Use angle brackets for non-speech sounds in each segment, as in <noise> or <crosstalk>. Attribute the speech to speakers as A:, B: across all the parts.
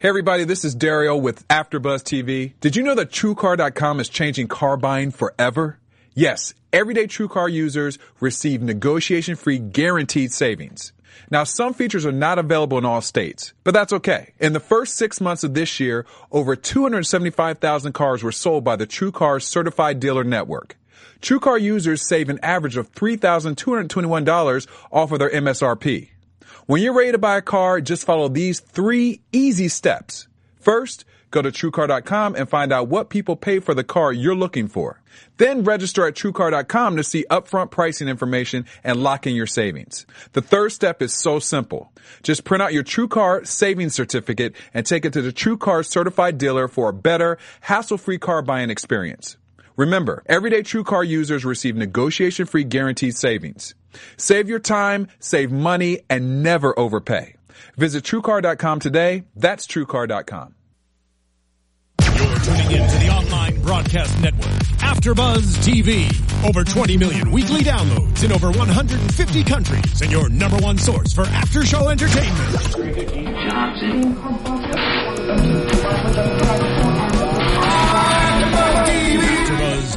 A: Hey everybody, this is Dario with AfterBuzz TV. Did you know that TrueCar.com is changing car buying forever? Yes, everyday TrueCar users receive negotiation-free guaranteed savings. Now, some features are not available in all states, but that's okay. In the first six months of this year, over 275,000 cars were sold by the TrueCar Certified Dealer Network. TrueCar users save an average of $3,221 off of their MSRP. When you're ready to buy a car, just follow these three easy steps. First, go to TrueCar.com and find out what people pay for the car you're looking for. Then register at TrueCar.com to see upfront pricing information and lock in your savings. The third step is so simple. Just print out your TrueCar savings certificate and take it to the TrueCar certified dealer for a better, hassle-free car buying experience. Remember, everyday TrueCar users receive negotiation-free guaranteed savings. Save your time, save money, and never overpay. Visit TrueCar.com today. That's TrueCar.com.
B: You're tuning in to the online broadcast network, AfterBuzz TV. Over 20 million weekly downloads in over 150 countries, and your number one source for after-show entertainment. AfterBuzz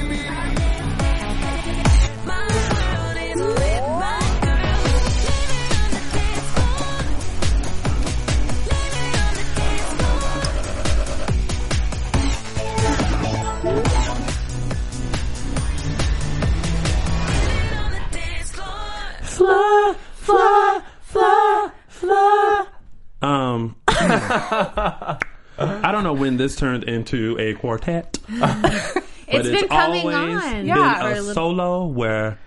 C: Um, I don't know when this turned into a quartet, but it's,
D: been coming
C: always
D: on.
C: been
D: Yeah,
E: Oh,
C: a solo where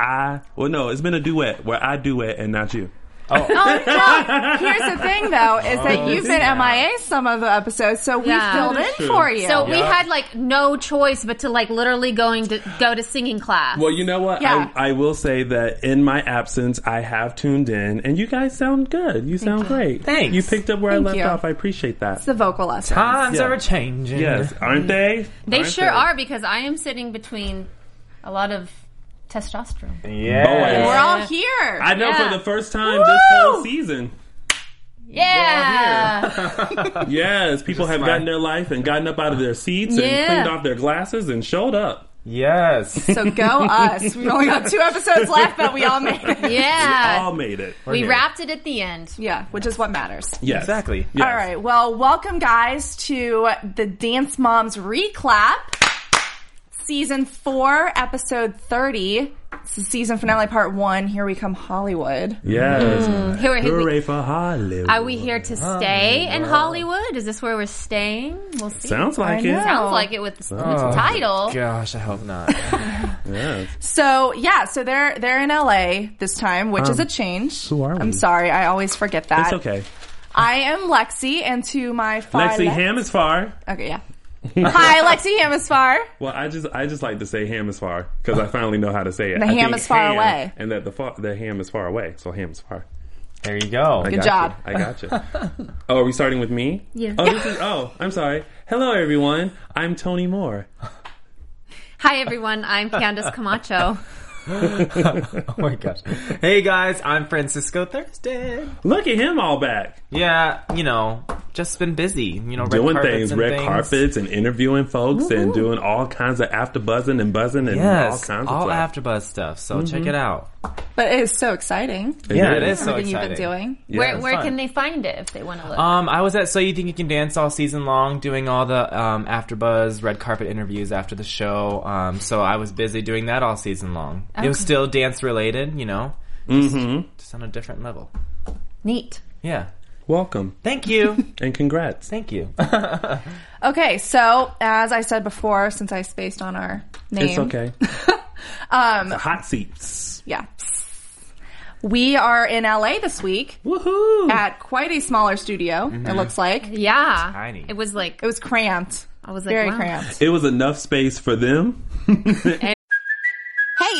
C: I well no, it's been a duet where I duet and not you.
E: Here's the thing, though, is that you've been MIA some of the episodes, so we
D: Yeah.
E: filled in for you.
D: So we had like no choice but to like literally going to go to singing class.
C: Well, you know what?
E: Yeah.
C: I, I will say that in my absence, I have tuned in, and you guys sound good. You sound great.
F: Thanks.
C: You picked up where
E: Thank
C: I left
E: you.
C: off. I appreciate that.
E: it's the vocal lesson.
F: Times
C: Yeah.
F: are changing.
C: yes, aren't they?
D: they
C: Aren't
D: sure are because I am sitting between a lot of testosterone.
C: Boys.
E: We're all here.
C: I know for
D: Yeah.
C: the first time this whole season.
D: Yeah.
C: Yes, people have gotten their life and gotten up out of their seats
D: Yeah.
C: and cleaned off their glasses and showed up.
F: <laughs> Yes.
E: so
C: <laughs>
E: go us. We only got two episodes left, but we all made it.
D: <laughs> Yeah.
C: All made it.
D: We wrapped it at the end.
E: Yeah, which is what matters.
C: Yes.
F: Exactly.
C: Yes.
E: All right. Well, welcome, guys, to the Dance Moms Reclap, season four, episode 30. It's the season finale, part one. Here we come, Hollywood.
C: Yes.
E: Mm.
D: Here we're-
C: Hooray for Hollywood.
D: Are we here to stay in Hollywood? Is this where we're staying? We'll see.
C: Sounds like Oh, it.
E: know.
D: Sounds like it with the, with the title.
F: Gosh, I hope not.
E: So yeah, so they're they're in LA this time, which is a change.
C: Um, who are we?
E: I'm sorry, I always forget that.
C: It's okay.
E: I am Lexi, and to my far
C: Lexi
E: left-
C: Ham is far. <laughs>
E: Okay, yeah. Hi, Lexi Hamasfar.
C: Well, I just I just like to say ham is far because I finally know how to say it.
E: The
C: I
E: ham
C: think
E: is far
C: ham
E: away.
C: and that the far, the ham is far away. So ham is far.
F: There you go.
C: Good
E: job.
C: I got you. <laughs> oh, are we starting with me? oh, Yeah. Oh, this is, oh, I'm sorry. Hello, everyone. I'm Tony Moore.
D: Hi, everyone. I'm Candace
C: <laughs>
D: Camacho.
F: oh my gosh. Hey guys, I'm Francisco Thurston.
C: Look at him all back
F: Yeah, you know, just been busy. You know, red
C: doing
F: carpets
C: things,
F: and
C: red
F: things.
C: carpets, and interviewing folks, and doing all kinds of after buzzing and buzzing and
F: Yes,
C: all
F: all,
C: kinds of Mm-hmm. stuff.
F: AfterBuzz stuff. So check it out.
E: But it is so exciting.
F: Yeah, it is so
E: Everything
F: exciting.
E: you've been doing.
D: where
F: it's
D: where
F: fun.
D: can they find it if they want to look?
F: Um, I was at So You Think You Can Dance all season long, doing all the um, AfterBuzz red carpet interviews after the show. Um, so I was busy doing that all season long. It was still dance related, you know,
C: Mm-hmm.
F: just on a different level.
D: Neat.
F: Yeah.
C: Welcome
F: Thank you.
D: <laughs>
C: and congrats.
F: Thank you.
E: Okay, so as I said before, since I spaced on our name,
F: <laughs>
C: It's okay. um, hot seats.
E: Yeah, we are in LA this week
C: Woohoo! Mm-hmm.
E: at quite a smaller studio. It looks like it
D: Yeah.
F: Tiny.
D: It was like
E: was cramped.
D: I was like
E: Very
D: wow.
E: cramped.
C: it was enough space for them.
G: Hey,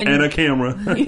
C: And
F: <laughs>
C: a camera.
D: And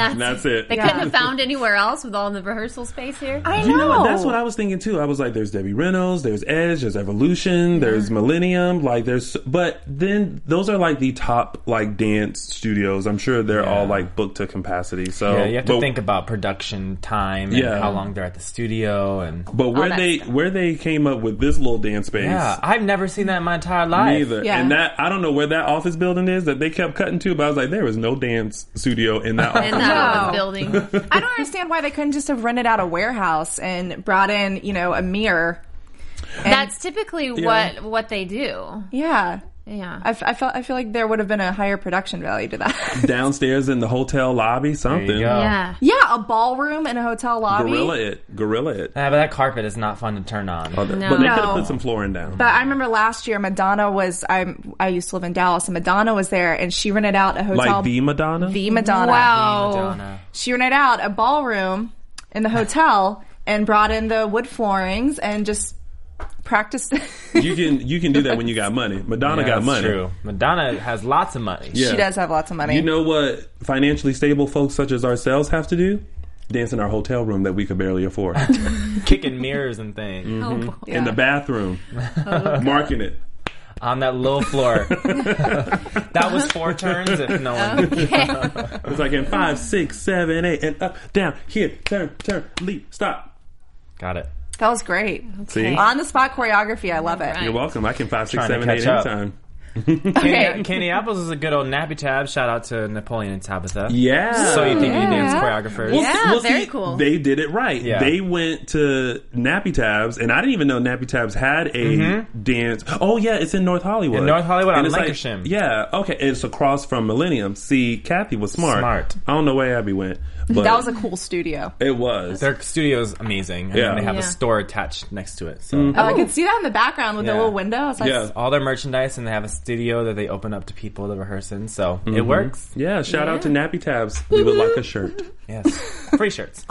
D: that's,
C: And that's it.
D: They couldn't have found anywhere else with all the rehearsal space here.
E: I know.
C: You know, what? that's what I was thinking too. I was like, there's Debbie Reynolds, there's Edge, there's Evolution, there's Millennium, like there's, but then those are like the top like dance studios. I'm sure they're all like booked to capacity.
F: <laughs>
C: So
F: yeah, you have to
C: but,
F: think about production time and
C: Oh, Yeah.
F: how long they're at the studio and
C: But where
E: that
C: they where they came up with this little dance space,
F: yeah, I've never seen that in my entire life.
C: neither.
E: Yeah.
C: And that I don't know where that office building is that they kept cutting to, but I was like, there was no dance studio in
E: <laughs>
C: that office.
D: And that
E: No.
D: office building.
E: I don't understand why they couldn't just have rented out a warehouse and brought in, you know, a mirror. And-
D: That's typically what what they do.
E: yeah.
D: Yeah.
E: I, f- I felt I feel like there would have been a higher production value to that.
C: <laughs>
E: <laughs>
C: downstairs in the hotel lobby, something.
F: There you go.
D: yeah.
E: yeah, a ballroom and a hotel lobby.
C: Gorilla it, gorilla it.
F: Nah, but that carpet is not fun to turn on.
C: But they could
E: No.
C: have put some flooring down.
E: But I remember last year Madonna was I I used to live in Dallas and Madonna was there and she rented out a hotel
C: like the Madonna.
E: the Madonna.
C: Oh.
D: Wow.
F: Madonna.
E: She rented out a ballroom in the hotel and brought in the wood floorings and just practiced
C: you
E: <laughs>
C: can you can do that when you got money. Madonna
F: Yeah,
C: got
F: that's
C: money.
F: True. Madonna has lots of money.
C: Yeah.
E: She does have lots of money.
C: You know what financially stable folks such as ourselves have to do? Dance in our hotel room that we could barely
E: <laughs>
C: afford.
F: Kicking mirrors and things
D: Mm.
C: In the
E: <laughs>
C: bathroom. Marking it.
F: on that low
D: <laughs>
F: floor. that was four turns if no one.
D: Oh.
C: It's like in five, six, seven, eight, and up, down, here, turn, turn, leap, stop.
F: Got it.
E: That was great.
C: See?
E: On the spot choreography, I love it.
C: You're welcome. I can five, six,
F: Trying to
C: seven,
F: catch
C: eight
F: up.
C: anytime.
F: Candy, Candy Apples is a good old nappy tab. Shout out to Napoleon and Tabitha.
C: Yeah.
F: So you think you dance choreographers?
C: Well,
E: Ah,
D: Yeah,
C: <laughs> s- well,
D: very
C: see,
D: cool.
C: They did it right.
F: Yeah.
C: They went to Nappy Tabs, and I didn't even know Nappy Tabs had a dance. Oh yeah, it's in North Hollywood.
F: Mm-hmm. In North Hollywood,
C: And
F: on
C: it's like-
F: Lancashire.
C: yeah, okay. It's across from Millennium. See, Kathy was smart.
F: Smart.
C: I don't know where Abby went, but
E: That was a cool studio.
C: it was.
F: Their studio is amazing. And
C: Yeah. Mm.
F: they have
D: Yeah.
F: a store attached next to it. So
E: Oh, I could see that in the background with the
F: Yeah.
E: little window. I was like,
C: yeah.
F: all their merchandise and they have a studio that they open up to people to rehearse in. So it
C: Mm-hmm.
F: works.
C: Yeah, shout out to Nappy Tabs. We would like a shirt.
F: Yes. Free shirts.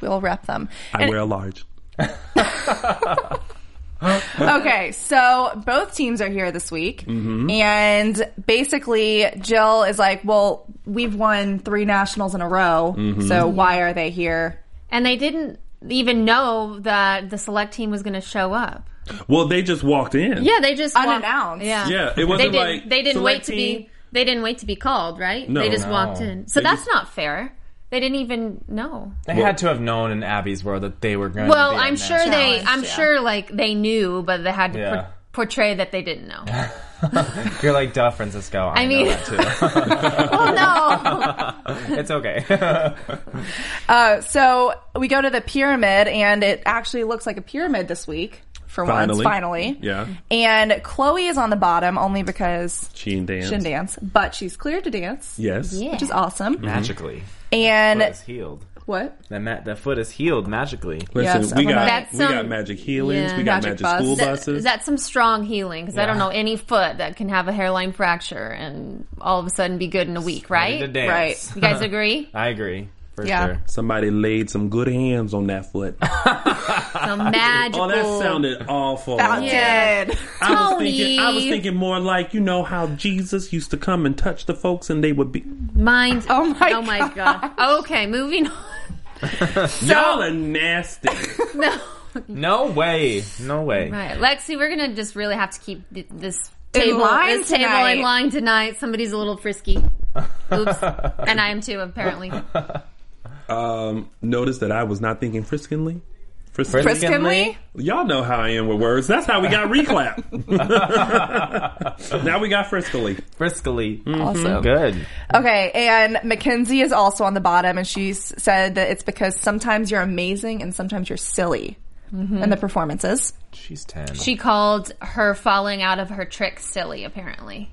E: we'll rep
C: <laughs>
E: them.
C: I wear a large.
E: Okay, so both teams are here this week.
C: Mm-hmm.
E: And basically, Jill is like, well, we've won three nationals in a row.
C: Mm-hmm.
E: So why are they here?
D: <laughs> And they didn't even know that the select team was going to show up.
C: Well, they just walked in.
D: Yeah, they just walked-
E: Unannounced.
D: Yeah,
C: Yeah, it
D: They
C: wasn't
D: didn't.
C: like
D: they didn't wait to
C: selecting-
D: be. They didn't wait to be called, right?
C: No.
D: they just
C: No.
D: walked in. So
C: They
D: that's
C: just-
D: not fair. They didn't even know.
F: They had to have known in Abby's world that they were going to
D: Well,
F: be on
D: I'm
F: that.
D: sure they. I'm sure like they knew, but they had to
F: Yeah.
D: por- portray that they didn't know.
F: You're like, duh, Francisco. I,
D: I
F: know
D: mean-
F: that too. <laughs>
D: well, Oh, no.
F: it's
D: <laughs>
F: okay.
E: Uh, so we go to the pyramid, and it actually looks like a pyramid this week for
C: Finally.
E: once, finally.
C: Yeah.
E: And Chloe is on the bottom only because she
C: She and dance.
E: didn't dance, but she's cleared to dance,
C: Yes.
E: which is awesome.
F: Magically.
E: And
F: It's healed.
E: What?
F: That ma- that foot is healed magically.
C: Listen,
E: Yes,
C: we
E: I
C: got
E: wanna-
D: That's
C: we
D: some-
C: got magic healings,
D: yeah.
C: we got
E: Magic
C: magic,
E: bus.
C: school
E: That-
C: buses.
D: That's some strong healing because I don't
F: Yeah.
D: know any foot that can have a hairline fracture and all of a sudden be good in a week,
F: Ready to
D: right?
F: dance.
E: Right.
F: <laughs>
C: <laughs>
D: You guys agree?
F: I agree for
E: Yeah.
F: sure.
C: Somebody laid some good hands on that
D: <laughs>
C: foot.
D: Some magical.
C: <laughs> oh, that sounded awful.
E: That
D: Yeah.
E: did.
C: <laughs> I was
D: Tony.
C: thinking I was thinking more like, you know, how Jesus used to come and touch the folks and they would be
D: Mind.
E: Oh my
D: Oh my god. Okay, moving on.
C: Y'all are
D: <laughs>
C: nasty.
D: No.
F: No way. No way.
D: Right, Lexi, we're gonna just really have to keep th- this
E: In
D: table,
E: line
D: this table
E: tonight.
D: in line tonight. Somebody's a little frisky.
C: <laughs>
D: Oops, and I am too, apparently.
C: um, notice that I was not thinking friskingly. Friskingly?
F: Friskin-
E: Skinly?
C: Y'all know how I am with words. That's how we got
D: <laughs>
C: reclap. <laughs> now we got friskily.
F: Briskly.
E: Awesome.
F: Hmm. Mm-hmm. Good.
E: Okay, and Mackenzie is also on the bottom, and she s- said that it's because sometimes you're amazing and sometimes you're silly in the performances.
F: She's ten.
D: She called her falling out of her trick silly. Apparently,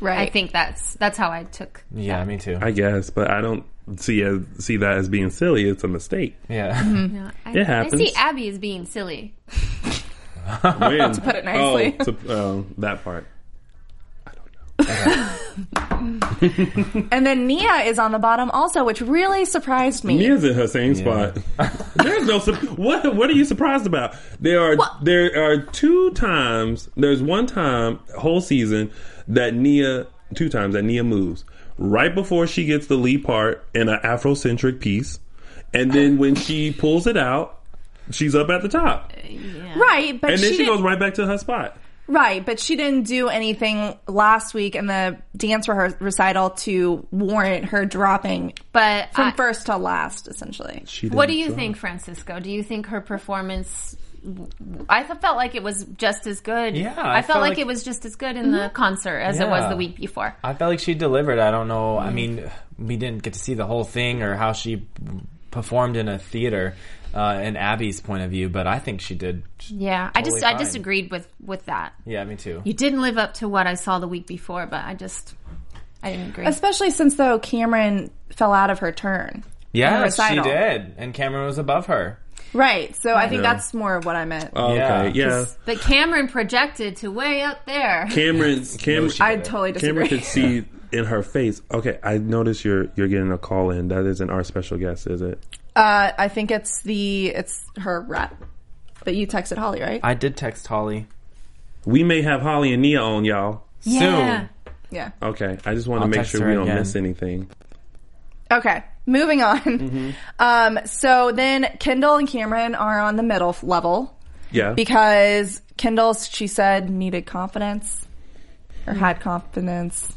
E: Right.
D: I think that's that's how I took.
F: yeah, me <laughs> too.
C: I guess, but I don't see as, see that as being silly. It's a <laughs> mistake.
F: yeah.
D: Yeah, I,
C: It happens.
D: I see Abby as being silly.
C: to
E: put it nicely.
C: Oh, to, oh, that part.
E: And then Nia is on the bottom also, which really surprised me.
C: Mia's in her same <laughs> spot. There's no sur- what. What are you surprised about? There are
E: What?
C: there are two times. There's one time whole season that Nia two times that Nia moves right before she gets the lead part in an Afrocentric piece, and then when she pulls it out, she's up at the top,
E: Right, but
C: and
E: she,
C: then she
E: didn't-
C: goes right back to her spot.
E: right, but she didn't do anything last week in the dance rehe- recital to warrant her dropping
D: But
E: from
D: I-
E: first to last, essentially.
C: She
D: what
C: didn't
D: do you
C: drop.
D: think, Francisco? Do you think her performance? I th- felt like it was just as good.
F: Yeah, I
D: I,
F: felt
D: felt like,
F: like- Mm-hmm.
D: it was just as good in the concert as it was
F: Yeah. Uh,
D: the week before.
F: I felt like she delivered. I don't know. I mean, we didn't get to see the whole thing or how she performed in a theater, uh, in Abby's point of view, but I think she did.
D: Yeah, I just
F: Totally
D: I
F: fine.
D: disagreed with with that.
F: Yeah, me too.
D: You didn't live up to what I saw the week before, but I just I didn't agree.
E: Especially since though Cameron fell out of her turn. in the
F: Yeah, she
E: recital.
F: did. And Cameron was above her.
E: Right. So I think that's more of what I meant.
C: Oh, okay,
F: Yeah.
C: yeah.
D: But Cameron projected to way up there.
C: Cameron, Cameron,
F: <laughs>
E: I totally disagree.
C: Cameron could see in her face. Okay, I notice you're you're getting a call in. That isn't our special guest, is it?
E: Uh, I think it's the it's her rep. But you texted Holly, right?
F: I did text Holly
C: We may have Holly and Nia on, y'all.
F: soon.
E: yeah.
C: Okay, I just want
F: I'll
C: to make
F: text
C: sure
F: her
C: we don't
F: again.
C: miss anything.
E: Okay. Moving on.
C: Mm-hmm.
E: Um, so then Kendall and Cameron are on the middle f- level
C: Yeah,
E: because Kendall, she said, needed confidence or had confidence.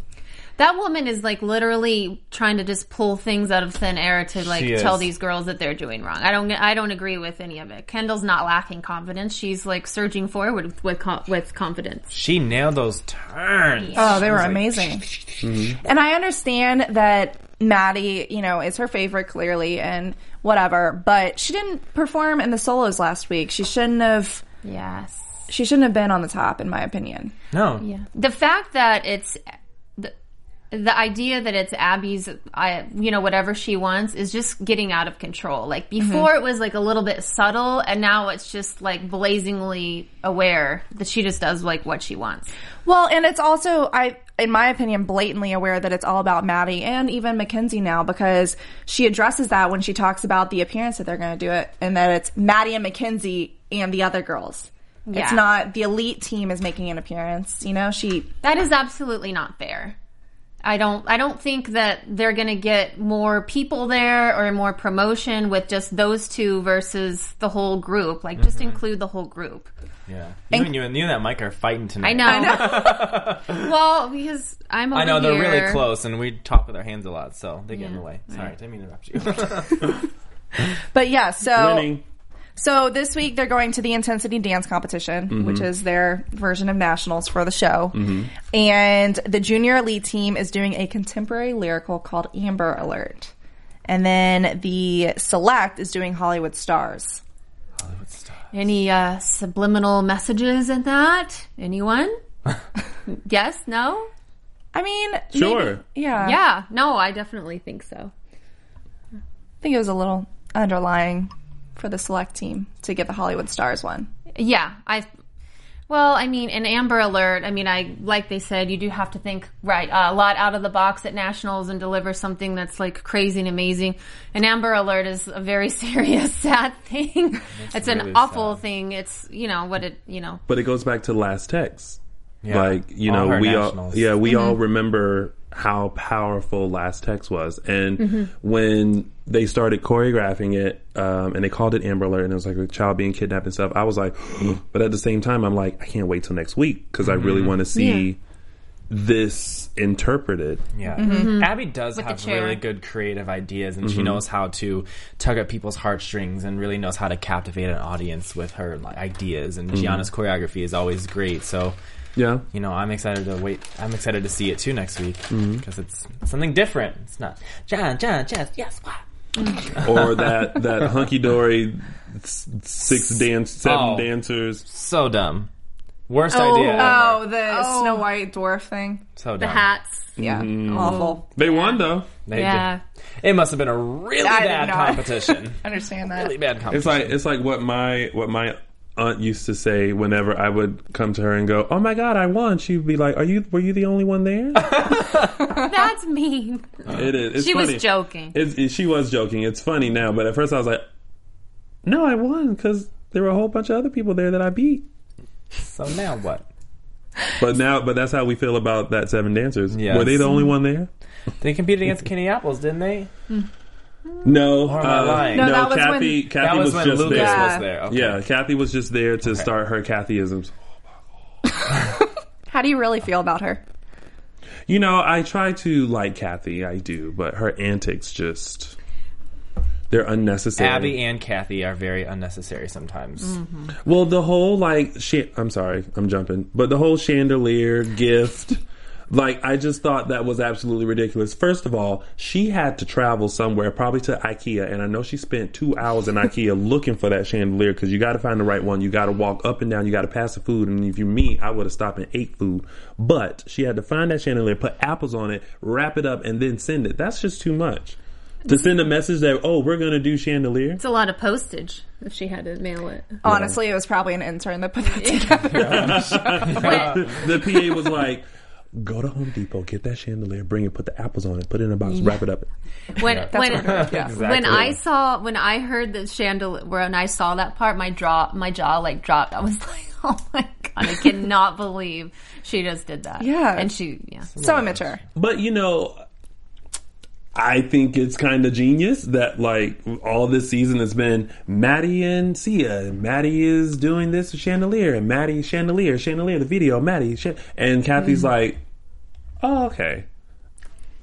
D: That woman is like literally trying to just pull things out of thin air to like
F: She is.
D: tell these girls that they're doing wrong. I don't I don't agree with any of it. Kendall's not lacking confidence. She's like surging forward with with, co- with confidence.
F: She nailed those turns.
E: Oh, they were amazing. And I understand that Maddie, you know, is her favorite clearly and whatever, but she didn't perform in the solos last week. She shouldn't have
D: Yes.
E: she shouldn't have been on the top in my opinion.
F: No.
D: The fact that it's the, the idea that it's Abby's, I, you know, whatever she wants is just getting out of control. Like before it was like a little bit subtle and now it's just like blazingly aware that she just does like what she wants.
E: Well, and it's also I in my opinion blatantly aware that it's all about Maddie and even Mackenzie now because she addresses that when she talks about the appearance that they're going to do it and that it's Maddie and Mackenzie and the other girls. It's
D: Yeah.
E: not the elite team is making an appearance, you know? She
D: That is absolutely not fair. I don't I don't think that they're going to get more people there or more promotion with just those two versus the whole group. Like just
F: Mm-hmm.
D: include the whole group.
F: Yeah. You and, you and you and that Mike are fighting tonight.
D: I know. <laughs> well, because I'm over
F: I know they're really
D: here.
F: close, and we talk with our hands a lot, so they get in the way. Sorry, didn't mean to interrupt you.
D: <laughs>
F: <laughs>
E: But yeah, so
C: winning.
E: So this week they're going to the intensity dance competition, which is their version of nationals for the show. And the junior elite team is doing a contemporary lyrical called Amber Alert. And then the select is doing Hollywood Stars.
D: Any uh, subliminal messages in that?
F: <laughs>
D: Anyone? yes? No?
E: I mean,
C: sure.
E: maybe- yeah,
D: Yeah. No, I definitely think so.
E: I think it was a little underlying for the select team to get the Hollywood Stars one.
D: Yeah, I. Well, I mean, an Amber Alert. I mean, I like they said, you do have to think right uh, a lot out of the box at nationals and deliver something that's like crazy and amazing. An Amber Alert is a very <laughs> serious, sad thing. it's
F: really
D: an awful
F: sad.
D: thing. It's you know what it you know.
C: But it goes back to last text.
F: Yeah.
C: Like, you
F: All
C: know,
F: her
C: we all
F: nationals.
C: yeah, we all remember how powerful last text was. And when they started choreographing it, um, and they called it Amber Alert and it was like a child being kidnapped and stuff, I was like, <gasps> but at the same time, I'm like, I can't wait till next week because I
F: Mm-hmm.
C: really want to see this interpreted.
F: Yeah. Abby does have
D: Mm-hmm. chair.
F: really good creative ideas and she knows how to tug at people's heartstrings and really knows how to captivate an audience with her like, ideas and Gianna's choreography is always great. So,
C: Yeah.
F: you know, I'm excited to wait. I'm excited to see it too next week because it's something different. It's not John, John, Jess, yes, what? <laughs>
C: or that, that hunky dory six dance, seven
F: Oh.
C: dancers.
F: So dumb. Worst idea. Ever.
E: Oh, the Snow White dwarf thing.
F: so dumb.
D: uh, The hats.
E: Yeah, awful.
C: They won though.
F: They
D: Yeah.
F: did. It must have been a really
E: I did
F: bad
E: not.
D: <laughs>
F: competition.
E: Understand that?
F: really bad competition.
C: It's like it's like what my what my aunt used to say whenever I would come to her and go, "Oh my god, I won." She'd be like, "Are you were you the only one there?"
D: That's mean.
C: <laughs> it is. It's
D: She was
C: funny.
D: joking.
C: It's, it- she was joking. It's funny now, but at first I was like, "No, I won because there were a whole bunch of other people there that I beat."
F: so now what?
C: But now, but that's how we feel about that seven dancers.
F: Yes.
C: Were they the only one there?
F: They competed against Kenny Apples, didn't they?
C: No, uh,
F: am I lying?
C: no.
F: No,
E: that was
C: Kathy,
E: when-
C: Kathy
F: that was,
C: was,
F: when
C: just
F: Lucas
C: there.
F: was there. Okay.
C: Yeah, Kathy was just there to start her Kathyisms.
E: How do you really feel about her?
C: You know, I try to like Kathy, I do, but her antics just they're unnecessary.
F: Abby and Kathy are very unnecessary sometimes.
D: Mm-hmm.
C: well, the whole like shit. I'm sorry, I'm jumping, but the whole chandelier gift. Like I just thought that was absolutely ridiculous. First of all, she had to travel somewhere, probably to IKEA, and I know she spent two hours in IKEA <laughs> looking for that chandelier because you got to find the right one. You got to walk up and down. You got to pass the food, and if you're me, I would have stopped and ate food. But she had to find that chandelier, put apples on it, wrap it up, and then send it. That's just too much to send a message that oh we're gonna do chandelier.
D: It's a lot of postage if she had to mail it.
E: Honestly, it was probably an intern that put that together.
C: <laughs> the PA was like, "Go to Home Depot, get that chandelier, bring it, put the apples on it, put it in a box, wrap it up."
D: <laughs> When when
F: <laughs> Exactly.
D: when I saw when I heard the chandelier when I saw that part, my jaw my jaw like dropped. I was <laughs> like, oh my god, I cannot believe she just did that.
E: Yeah.
D: and she yeah.
E: so immature.
C: But you know, I think it's kind of genius that like all this season has been Maddie and Sia. and Maddie is doing this chandelier, and Maddie chandelier, chandelier. The video, Maddie, sh- and Kathy's like, "Oh, okay."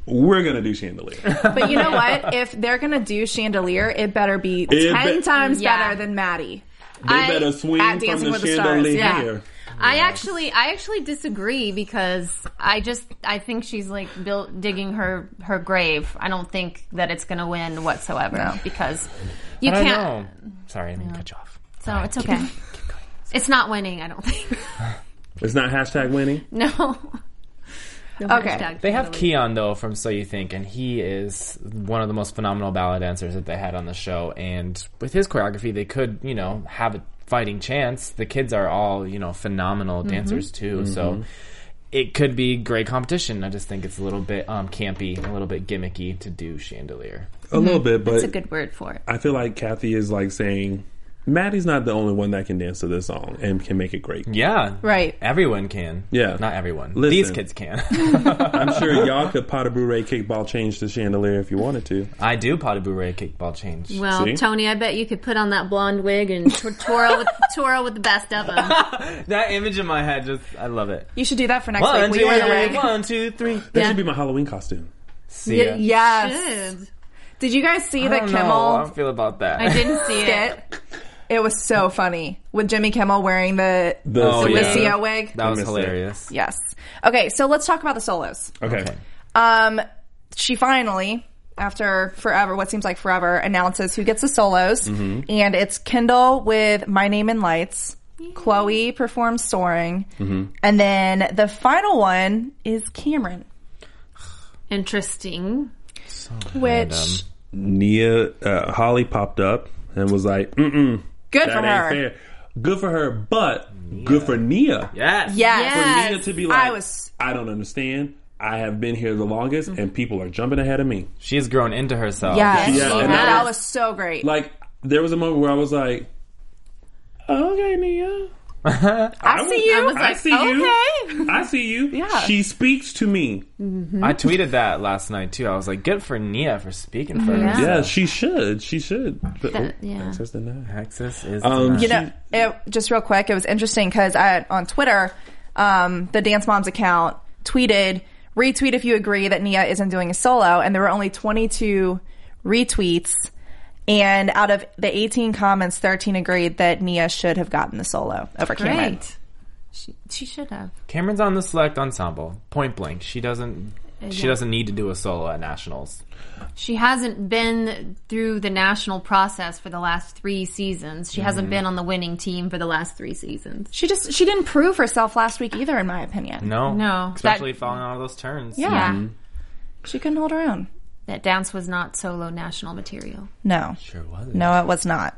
C: We're gonna do chandelier.
E: But you know what? If they're gonna do chandelier, it better be
C: It
E: ten
C: be-
E: times
D: Yeah.
E: better than Maddie.
C: They
D: I-
C: better swing
E: at
C: from
E: Dancing
C: the
E: with the Stars,
C: chandelier.
D: yeah. I actually I actually disagree because I just I think she's like built digging her her grave. I don't think that it's going to win whatsoever because you
F: I don't
D: can't.
F: know. Sorry, I didn't cut you off.
D: So it's okay. It's not winning. I don't think. <laughs>
C: It's not hashtag winning.
D: No.
E: Okay.
F: They have Keon though from So You Think, and he is one of the most phenomenal ballet dancers that they had on the show. And with his choreography, they could you know have a fighting chance. The kids are all you know phenomenal dancers too, so it could be great competition. I just think it's a little bit um, campy, a little bit gimmicky to do chandelier.
C: A little bit, but
D: That's a good word for it.
C: I feel like Kathy is like saying, Maddie's not the only one that can dance to this song and can make it great.
F: Yeah,
E: Right.
F: Everyone can.
C: Yeah.
F: not everyone.
C: Listen.
F: These kids can.
C: I'm sure y'all could pot a bure kickball change to chandelier if you wanted to.
F: I do pot a bourrée kickball change.
D: Well,
C: See?
D: Tony, I bet you could put on that blonde wig and tw- twirl with <laughs> twirl with the best of them.
F: That image in my head just, I love it.
E: You should do that for next
F: One,
E: week.
F: two,
E: We are the
F: three,
E: wig.
F: one, two, three.
C: That should be my Halloween costume.
F: See ya.
E: <laughs> Yes. Did you guys see
F: I
E: the
F: don't know how I
E: Kimmel
F: feel about that.
D: I didn't see it.
E: skit? It was so funny with Jimmy Kimmel wearing the the
C: The
F: Oh, yeah.
E: Sia wig.
F: That was
C: missed it.
F: hilarious.
E: Yes. Okay, so let's talk about the solos.
C: Okay.
E: Um, she finally, after forever, what seems like forever, announces who gets the solos, and it's Kendall with "My Name in Lights." Chloe performs "Soaring," and then the final one is Cameron,
D: Interesting.
E: which
C: Nia uh, Holly popped up and was like, "Mm-mm,
E: Good
C: that
E: for
C: ain't
E: her.
C: fair." Good for her, but good for Nia.
F: Yes.
E: Yes.
C: For Nia
D: Yes,
C: to be like,
E: I was-
C: "I don't understand. I have been here the longest, and people are jumping ahead of me."
F: She's grown into herself.
E: Yes.
C: Yeah, and
E: that
C: that
E: was so great.
C: Like there was a moment where I was like, "Okay, Nia." I
E: see you. I was
C: I
E: like,
C: see you.
E: okay.
C: I see you.
E: Yeah.
C: She speaks to me.
F: I tweeted that last night too. I was like, good for Nia for speaking for herself.
C: Yeah, she should. She should. But, oh,
D: That- yeah.
C: access denied.
F: Texas is
C: Um,
F: denied.
C: you
E: you know, it, just real quick, it was interesting because I on Twitter, um, the Dance Moms account tweeted, retweet if you agree that Nia isn't doing a solo, and there were only 22 retweets, and out of the 18 comments, 13 agreed that Nia should have gotten the solo over Cameron.
D: Great. She, she should have.
F: Cameron's on the select ensemble. Point blank, she doesn't. She doesn't need to do a solo at nationals.
D: She hasn't been through the national process for the last three seasons. She hasn't been on the winning team for the last three seasons.
E: She just she didn't prove herself last week either, in my opinion.
F: No,
D: No,
F: especially
D: that-
F: falling out of those turns.
E: Yeah,
D: Yeah.
E: she couldn't hold her own.
D: That dance was not solo national material.
E: No,
F: sure was.
E: No, it was not.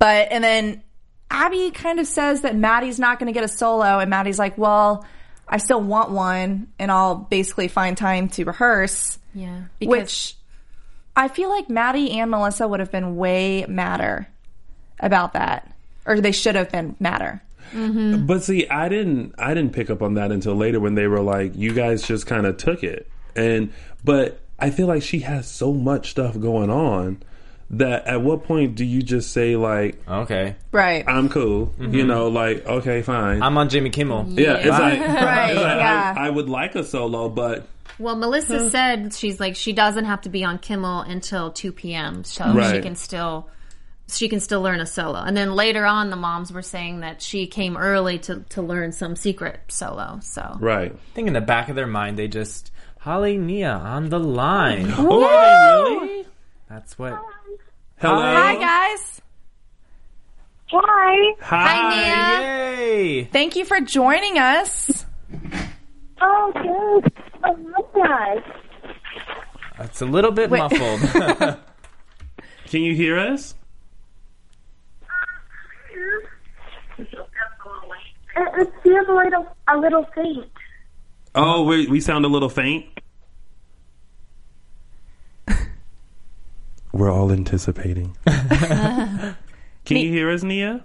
E: But and then Abby kind of says that Maddie's not going to get a solo, and Maddie's like, "Well, I still want one, and I'll basically find time to rehearse."
D: Yeah.
E: Which I feel like Maddie and Melissa would have been way madder about that, or they should have been madder.
C: But see, I didn't. I didn't pick up on that until later when they were like, "You guys just kind of took it." And but I feel like she has so much stuff going on that at what point do you just say like,
F: Okay,
E: Right.
C: "I'm cool," you know, like, "Okay, fine."
F: I'm on Jimmy Kimmel.
C: yeah, it's like,
E: <laughs> Right,
C: it's like,
E: yeah.
C: I, I would like a solo, but
D: Well, Melissa said she's like she doesn't have to be on Kimmel until 2 p.m. So she
C: Right.
D: can still she can still learn a solo. And then later on, the moms were saying that she came early to to learn some secret solo. So
C: right.
F: I think in the back of their mind, they just Holly Nia on the line.
C: Oh, really?
F: That's what.
C: Hello.
E: Hi guys,
H: Hi.
C: Hi.
F: Yay!
E: thank you for joining us.
H: Oh, good. I love that.
F: It's a little bit muffled. <laughs>
C: Can you hear us?
H: It, it feels a little, a little faint.
C: Oh, we, we sound a little faint. We're all anticipating. <laughs> Can you hear us, Nia?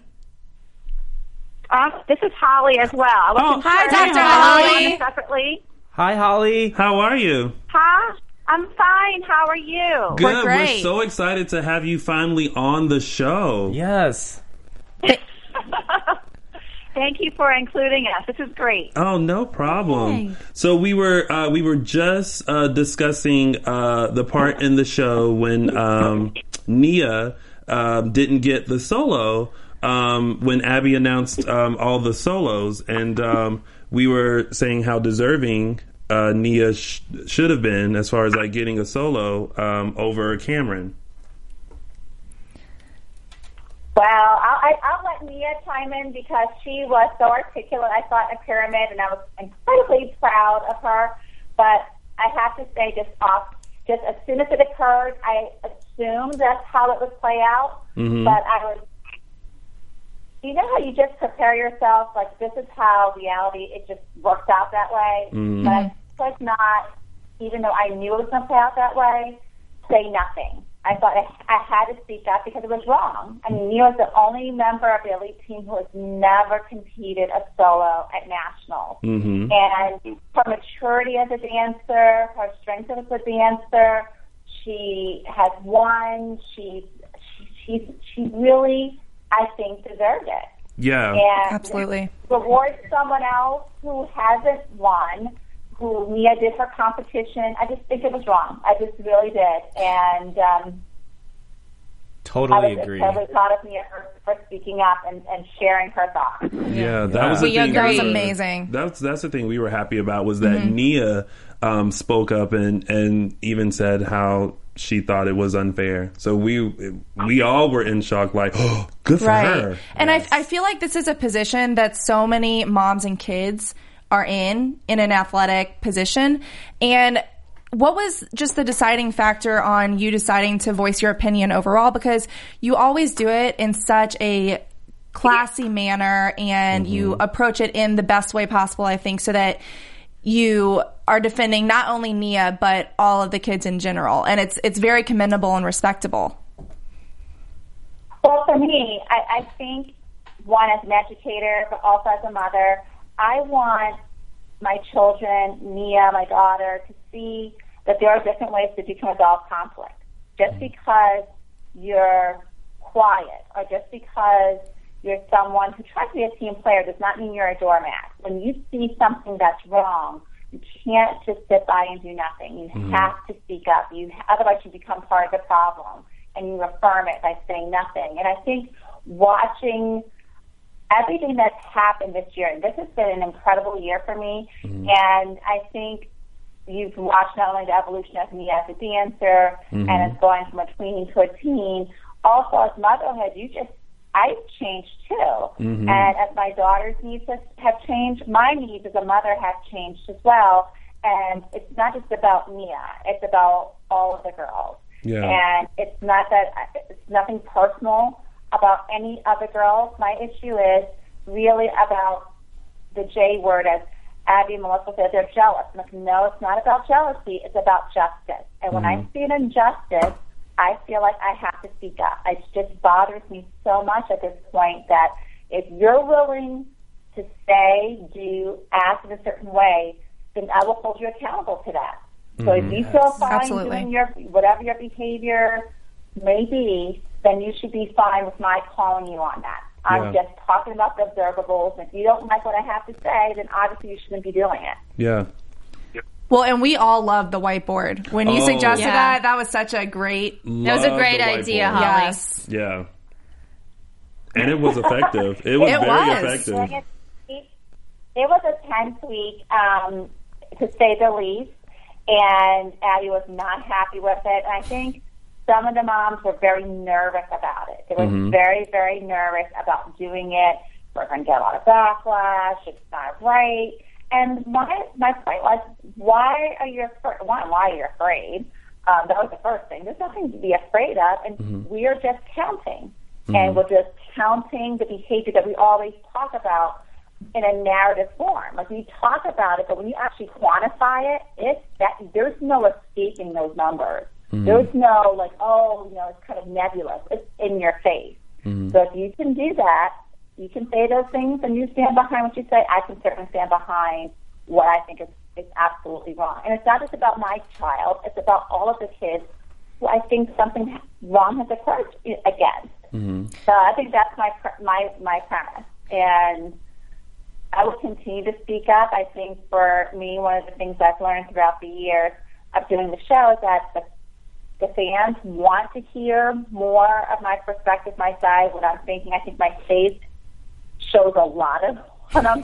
H: Uh, this is Holly as well. I wasn't
C: Oh, hi,
H: sure if
E: Dr.
H: I was
E: Holly.
H: on Separately.
F: Hi, Holly.
C: How are you?
H: Hi. I'm fine. How are you?
C: Good. We're,
E: great.
C: so excited to have you finally on the show.
F: Yes.
H: Thank you for including us. This is great.
C: Oh, no problem. So we were uh, we were just uh, discussing uh, the part in the show when um, Nia um, didn't get the solo um, when Abby announced um, all the solos, and um, we were saying how deserving uh, Nia sh- should have been as far as like getting a solo um, over Cameron.
H: Well, I'll, I, I'll let Nia chime in because she was so articulate. I thought in a pyramid, and I was incredibly proud of her. But I have to say, just off, just as soon as it occurred, I assumed that's how it would play out. But I was, you know, how you just prepare yourself, like this is how reality. It just worked out that way. But I could not, even though I knew it was going to play out that way, say nothing. I thought I, I had to speak up because it was wrong. I mean, Neil is the only member of the elite team who has never competed a solo at nationals.
C: Mm-hmm.
H: And her maturity as a dancer, her strength as a dancer, she has won. She, she, she, she really, I think, deserved it.
C: Yeah.
H: And
E: Absolutely.
H: reward someone else who hasn't won, who Mia did her competition. I just think it was wrong. I just really did. And um, I
F: Totally
H: was
F: agree.
H: totally proud of Mia for, for speaking up and, and sharing her thoughts.
C: Yeah, that was the
E: We
C: thing.
E: agree. That was
C: were-
E: amazing.
C: That's that's the thing we were happy about was that Nia um, spoke up and and even said how she thought it was unfair. So we we all were in shock, like, <gasps> oh, good for her.
E: And I, I feel like this is a position that so many moms and kids are in, in an athletic position. And what was just the deciding factor on you deciding to voice your opinion overall? Because you always do it in such a classy manner and you
C: Mm-hmm.
E: approach it in the best way possible, I think, so that you are defending not only Nia but all of the kids in general. And it's it's very commendable and respectable.
H: Well, for me, I, I think one as an educator, but also as a mother, I want my children, Nia, my daughter, to see that there are different ways that you can resolve conflict. Just because you're quiet or just because you're someone who tries to be a team player does not mean you're a doormat. When you see something that's wrong, you can't just sit by and do nothing. You have to speak up. You otherwise you become part of the problem and you affirm it by saying nothing. And I think watching everything that's happened this year, and this has been an incredible year for me, and I think you've watched not only the evolution of me as a dancer and as going from a tween to a teen, also as motherhood, you just I've changed too. And as my daughter's needs has, have changed, my needs as a mother have changed as well. And it's not just about Mia, it's about all of the girls.
C: Yeah.
H: And it's not that it's nothing personal about any other girls. My issue is really about the J word, as Abby and Melissa said, they're jealous. I'm like, no, it's not about jealousy. It's about justice. And when I see an injustice, I feel like I have to speak up. It just bothers me so much at this point that if you're willing to say, do, act in a certain way, then I will hold you accountable to that. So if you feel fine
E: Absolutely.
H: doing your whatever your behavior may be, then you should be fine with my calling you on that. I'm
C: Yeah.
H: just talking about the observables. If you don't like what I have to say, then obviously you shouldn't be doing it.
C: Yeah.
E: Well, and we all love the whiteboard. When you
C: Oh.
E: suggested
D: Yeah.
E: that, that was such a great
D: That was a
C: Love
D: great
C: the
D: idea,
C: whiteboard.
D: Holly.
E: yes.
C: Yeah. And it was effective. It was
E: It
C: very
E: was.
C: effective.
H: It was a tense week, um, to say the least, and Abby was not happy with it. And I think some of the moms were very nervous about it. They were very, very nervous about doing it. We're going to get a lot of backlash. It's not right. And my my point was, why are you afraid? One, why are you afraid? Um, that was the first thing. There's nothing to be afraid of, and we are just counting and we're just counting the behavior that we always talk about in a narrative form. Like we talk about it, but when you actually quantify it, it's that there's no escaping those numbers. There's no like, oh, you know, it's kind of nebulous. It's in your face. So if you can do that, you can say those things and you stand behind what you say. I can certainly stand behind what I think is, is absolutely wrong. And it's not just about my child, it's about all of the kids who I think something wrong has occurred against. So I think that's my pr- my my premise, and I will continue to speak up. I think for me, one of the things I've learned throughout the years of doing the show is that the, the fans want to hear more of my perspective, my side, what I'm thinking. I think my face shows a lot of what I'm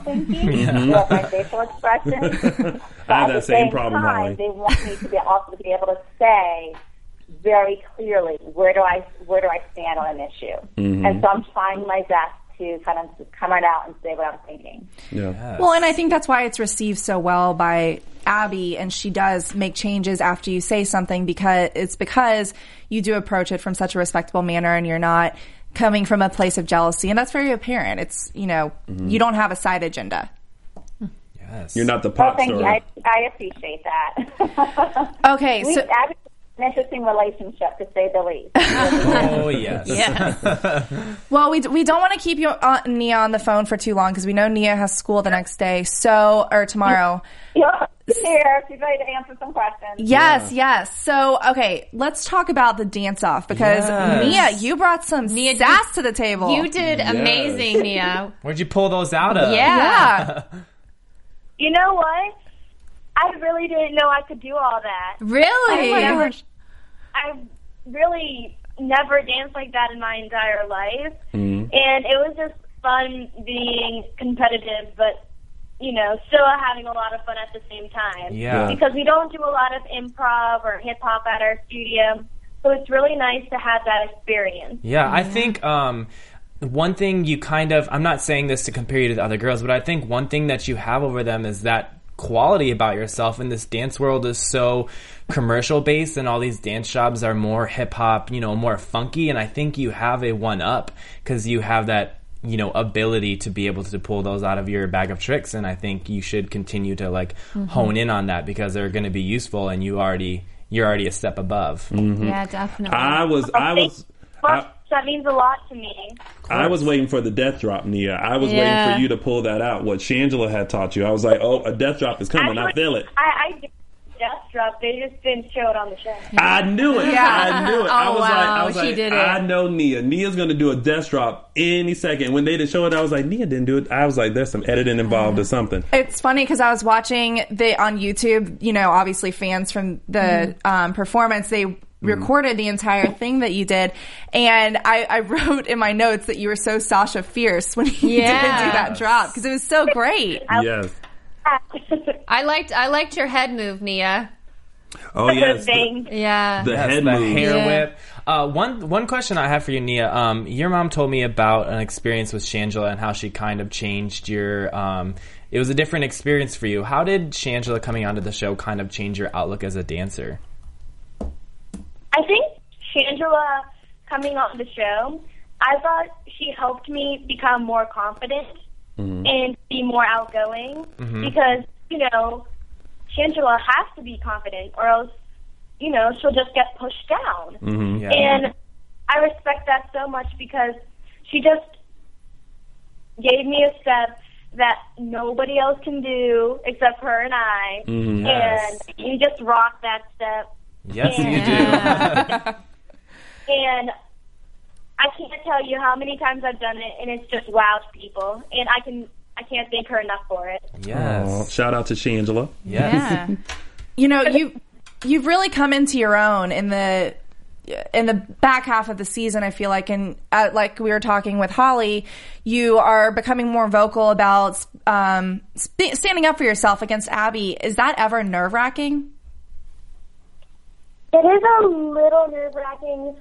C: <laughs>
H: thinking, what my facial expression.
C: I have
H: At
C: that
H: the
C: same
H: same
C: problem,
H: time,
C: Holly.
H: they want me to be also to be able to say very clearly where do I where do I stand on an issue,
C: Mm-hmm.
H: and so I'm trying my best to kind of just come right out and say what I'm thinking.
C: Yeah.
E: Well, and I think that's why it's received so well by Abby, and she does make changes after you say something because it's because you do approach it from such a respectable manner and you're not coming from a place of jealousy. And that's very apparent. It's, you know,
C: Mm-hmm.
E: you don't have a side agenda.
F: Yes.
C: You're not the pop
H: Thank
C: star.
H: you. I, I appreciate that.
E: <laughs> Okay.
H: we
E: So,
H: have an interesting relationship, to say the least.
E: <laughs>
F: Oh yes.
E: well, we, d- we don't want to keep you, uh, Nia on the phone for too long because we know Nia has school the next day. So, or tomorrow.
H: You're here. She's ready to answer some questions.
E: Yes, yes. So, okay, let's talk about the dance off because
F: Yes.
E: Nia, you brought some
D: Nia,
E: sass to the table.
D: You
C: <laughs>
D: did amazing, Nia.
F: Where'd you pull those out of?
E: yeah.
D: Yeah.
H: You know what? I really didn't know I could do all that.
D: <laughs>
E: Oh
D: Really?
H: I really never danced like that in my entire life.
E: Mm-hmm.
H: And it was just fun being competitive, but, you know, still having a lot of fun at the same time.
C: Uh.
F: Yeah.
H: Because we don't do a lot of improv or hip hop at our studio. So it's really nice to have that experience.
F: Yeah, I think um, one thing you kind of, I'm not saying this to compare you to the other girls, but I think one thing that you have over them is that quality about yourself and this dance world is so commercial based and all these dance jobs are more hip hop, you know, more funky and I think you have a one up cuz you have that, you know, ability to be able to pull those out of your bag of tricks and I think you should continue to like hone in on that because they're going to be useful and you already you're already a step above.
D: Yeah, definitely.
C: Mm-hmm. I was, I was, I,
I: that means a lot to me.
C: I was waiting for the death drop, Nia. I was waiting
D: Yeah.
C: for you to pull that out. What Shangela had taught you, I was like, oh, a death drop is coming. I
I: Actually,
C: feel it.
I: I, I just dropped. They just didn't show it on the show.
C: I knew it. I knew it. I
D: Oh,
C: was like, I
D: wow.
C: was
D: She
C: like,
D: did it.
C: I know Nia. Nia's gonna do a death drop any second. When they didn't show it, I was like, Nia didn't do it. I was like, there's some editing involved or something.
E: It's funny because I was watching the on YouTube. You know, obviously fans from the
D: Mm-hmm.
E: um, performance they recorded the entire thing that you did, and I, I <laughs> wrote in my notes that you were so Sasha Fierce when you <laughs> didn't do
D: Yeah.
E: that drop because it was so great.
C: yes.
D: I liked I liked your head move, Nia.
C: Oh yes. The,
I: Thing.
D: Yeah.
C: the head
F: the
C: move.
F: hair
D: Yeah.
F: whip. Uh, one one question I have for you, Nia. Um, your mom told me about an experience with Shangela and how she kind of changed your. Um, it was a different experience for you. How did Shangela coming onto the show kind of change your outlook as a dancer?
I: I think Shangela coming on the show, I thought she helped me become more confident
C: Mm-hmm.
I: and be more outgoing because, you know, Shangela has to be confident or else, you know, she'll just get pushed down.
C: Mm-hmm.
F: Yeah.
I: And I respect that so much because she just gave me a step that nobody else can do except her and I.
F: Mm-hmm. Yes.
I: And you just rock that step.
F: Yes, you do.
I: And I can't tell you how many times I've done it, and it's just wowed people. And I can I can't thank her enough for it.
C: Aw,
F: Yes.
C: Shout out to Shangela.
F: Yes.
D: Yeah.
E: <laughs> you know you you've really come into your own in the in the back half of the season i feel like and uh, like we were talking with holly you are becoming more vocal about um, sp- standing up for yourself against abby is that ever nerve wracking
I: It is a little nerve wracking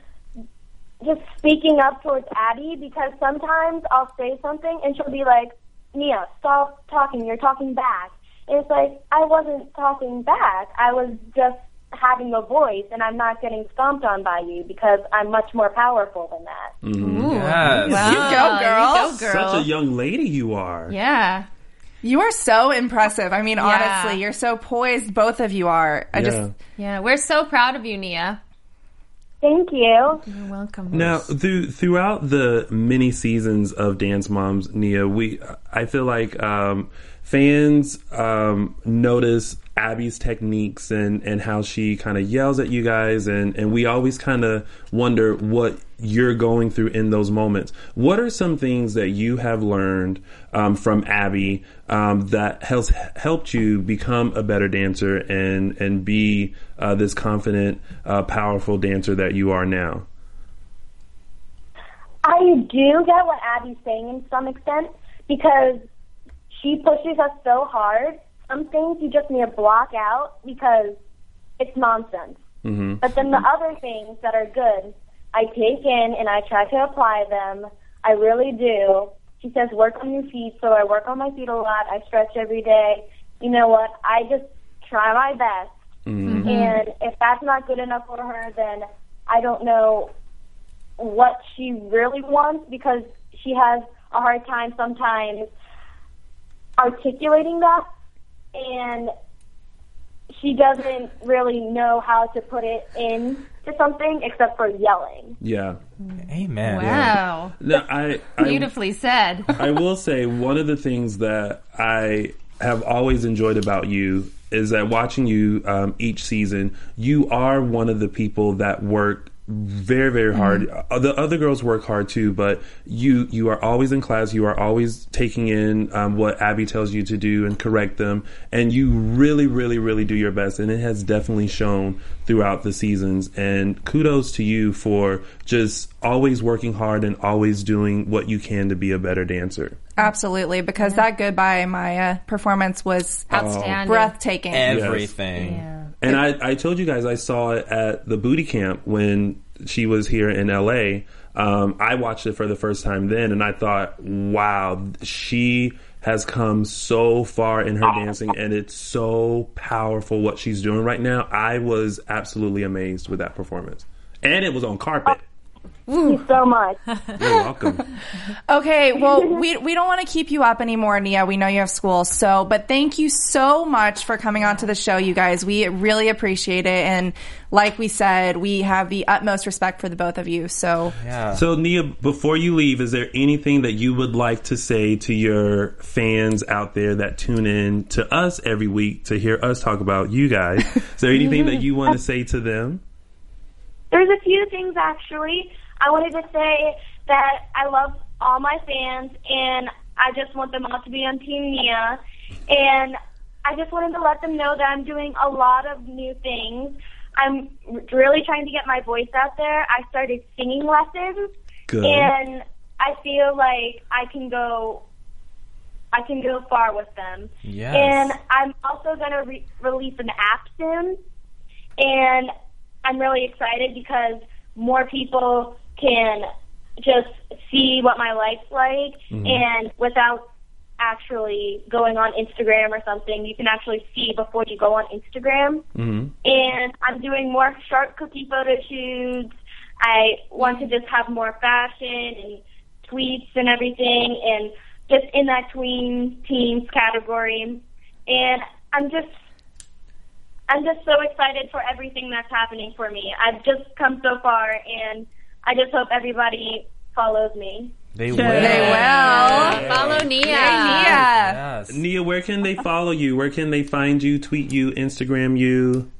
I: just speaking up towards Abby because sometimes I'll say something and she'll be like, Nia, stop talking. You're talking back. And it's like, I wasn't talking back. I was just having a voice and I'm not getting stomped on by you because I'm much more powerful than that.
F: Yes.
E: go girl
D: Uh, You go, girl.
C: Such a young lady you are.
D: yeah.
E: you are so impressive i mean
D: Yeah.
E: honestly you're so poised both of you are i just
D: Yeah. We're so proud of you, Nia.
I: Thank you.
D: You're welcome.
C: Now, through, throughout the many seasons of Dance Moms, Nia, we I feel like um, fans um, notice Abby's techniques and and how she kind of yells at you guys, and and we always kind of wonder what you're going through in those moments. What are some things that you have learned um, from Abby um, that has helped you become a better dancer and and be uh, this confident, uh, powerful dancer that you are now?
I: I do get what Abby's saying in some extent because she pushes us so hard. Some things you just need to block out because it's nonsense. But then the other things that are good, I take in and I try to apply them. I really do. She says, work on your feet. So I work on my feet a lot. I stretch every day. You know what? I just try my best. And if that's not good enough for her, then I don't know what she really wants because she has a hard time sometimes articulating that and she doesn't really know how to put it in to something except for yelling.
C: Yeah.
F: Amen.
D: Wow.
C: No, I I,
D: Beautifully said.
C: I will say one of the things that I have always enjoyed about you is that watching you um, each season, you are one of the people that work very very hard. Uh, The other girls work hard too, but you you are always in class. You are always taking in um, what Abby tells you to do and correct them, and you really really really do your best. And it has definitely shown throughout the seasons. And kudos to you for just always working hard and always doing what you can to be a better dancer.
E: absolutely because that goodbye maya performance was
D: Outstanding.
E: breathtaking
F: Everything.
C: And I, I told you guys I saw it at the booty camp when she was here in LA. Um, I watched it for the first time then, and I thought, wow, she has come so far in her dancing, and it's so powerful what she's doing right now. I was absolutely amazed with that performance, and it was on carpet.
I: Thank you so much.
C: You're welcome.
E: Okay, well, we, we don't want to keep you up anymore, Nia. We know you have school, so but thank you so much for coming on to the show, you guys. We really appreciate it, and like we said, we have the utmost respect for the both of you. So
C: So, Nia, before you leave, is there anything that you would like to say to your fans out there that tune in to us every week to hear us talk about you guys? Is there anything that you want to say to them?
I: There's a few things actually. I wanted to say that I love all my fans and I just want them all to be on Team Nia. And I just wanted to let them know that I'm doing a lot of new things. I'm r- really trying to get my voice out there. I started singing lessons
C: Good.
I: and I feel like I can go I can go far with them.
F: Yes.
I: And I'm also going to re- release an app soon. And I'm really excited because more people can just see what my life's like and without actually going on Instagram or something, you can actually see before you go on Instagram. And I'm doing more shark cookie photo shoots. I want to just have more fashion and tweets and everything and just in that tween teens category. And I'm just I'm just so excited for everything that's happening for me. I've just come so far and I just hope everybody follows me.
F: They
E: they
F: will.
E: will.
D: Follow Nia.
E: Yeah.
F: Yes.
C: Nia, where can they follow you? Where can they find you, tweet you, Instagram you?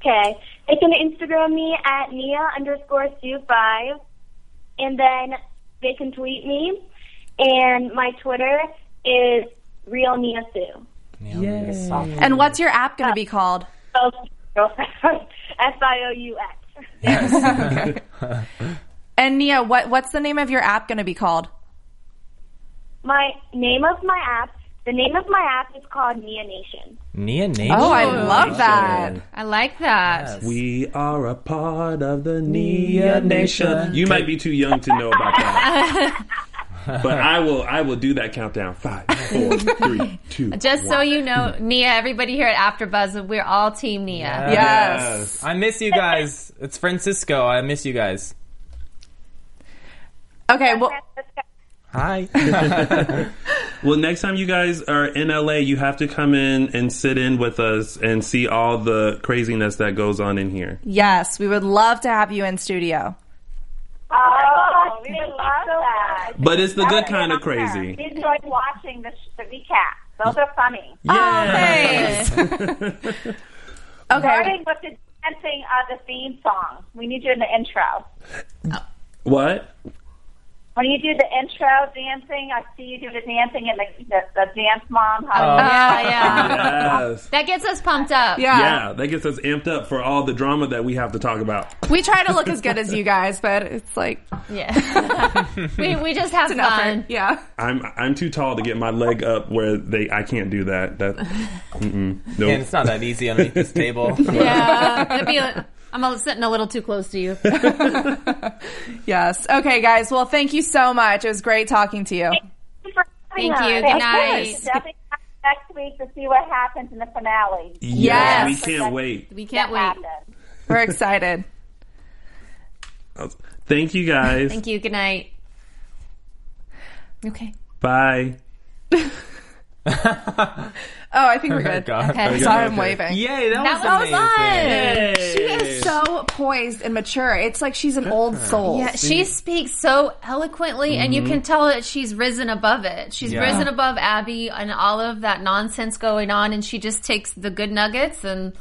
I: Okay. They can Instagram me at Nia underscore Sue five and then they can tweet me and my Twitter is real Nia Sue.
E: And what's your app going to be called?
I: <laughs> S I O U X.
E: <laughs> And Nia, what what's the name of your app going to be called?
I: My name of my app. The name of my app is called Nia Nation.
F: Nia Nation.
E: Oh, I love that.
D: I like that.
C: We are a part of the Nia Nation. You might be too young to know about that. but I will I will do that countdown. Five, four, three, two.
D: Just so you know, Nia, everybody here at AfterBuzz, we're all Team Nia.
E: Yes.
F: I miss you guys. It's Francisco. I miss you guys.
E: Okay, well,
F: Hi.
C: Well, next time you guys are in LA, you have to come in and sit in with us and see all the craziness that goes on in here.
E: yes, we would love to have you in studio.
I: Oh, we love that.
C: But it's the good kind of crazy.
I: We enjoyed watching the, sh- the recap. Those are funny.
E: Okay. <laughs>
I: Starting with the dancing of the theme song. We need you in the intro.
C: What?
I: When you do the intro dancing, I see you do the dancing and the, the, the dance mom. How
D: Oh, Yeah,
E: <laughs>
D: yeah.
C: Yes.
D: that gets us pumped up.
E: Yeah.
C: Yeah, that gets us amped up for all the drama that we have to talk about.
E: We try to look as good as you guys, but it's like
D: Yeah. <laughs> we, we just have
E: an
D: fun.
E: effort. Yeah.
C: I'm I'm too tall to get my leg up where they I can't do that.
E: <laughs>
C: That mm-mm, no.
F: and it's not that easy underneath this table.
D: Yeah. It'd be a, I'm a- sitting a little too close to you.
E: Yes. Okay, guys. Well, thank you so much. It was great talking to you.
I: Thank you. for having
D: Thank you.
I: us.
D: Good
I: Of
D: night.
I: course. Definitely come next week to see what happens in the finale.
C: Yes,
E: Yes.
C: we can't wait.
D: We can't
I: What
D: wait.
I: happens.
E: We're excited.
C: Thank you guys.
D: Thank you. Good night. Okay.
C: Bye.
E: Oh, I think we're good.
F: God.
D: Okay.
E: Sorry, I'm waving.
F: Yay, that,
D: That
F: was,
D: was fun.
F: amazing.
E: She is so poised and mature. It's like she's an old soul.
D: Yeah, she speaks so eloquently, and
C: Mm-hmm.
D: you can tell that she's risen above it. She's
F: Yeah.
D: risen above Abby and all of that nonsense going on, and she just takes the good nuggets and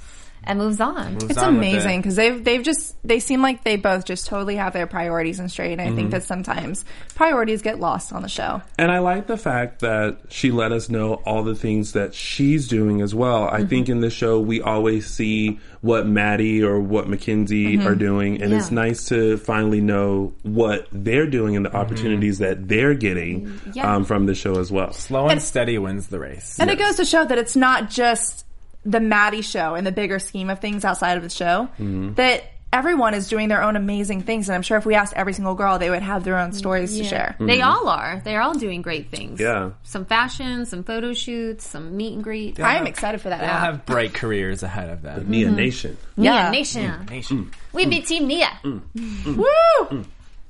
D: and moves on.
F: Moves
E: It's
F: on with it.
E: amazing because they've they've just they seem like they both just totally have their priorities in straight. And I think that sometimes priorities get lost on the show.
C: And I like the fact that she let us know all the things that she's doing as well. I
E: Mm-hmm.
C: think in the show we always see what Maddie or what Mackenzie
E: Mm-hmm.
C: are doing, and it's
D: Yeah.
C: nice to finally know what they're doing
E: Mm-hmm.
C: and the opportunities that they're getting
D: Yeah.
C: um, from the show as well.
F: Slow and steady wins the race.
E: And it goes to show that it's
F: Mm-hmm.
E: not just the Maddie show and the bigger scheme of things outside of the show. That everyone is doing their own amazing things, and I'm sure if we asked every single girl, they would have their own stories to share.
D: They all are. They're all doing great things.
C: Yeah.
D: Some fashion, some photo shoots, some meet and greet.
E: I am excited for that
F: They'll
E: app.
F: have bright careers ahead of them.
C: Nia
E: Mm-hmm.
C: Nation.
D: Nia Nation.
C: Mm-hmm.
F: Nation.
C: Mm.
D: We be Team Nia.
E: Woo!
F: Mm.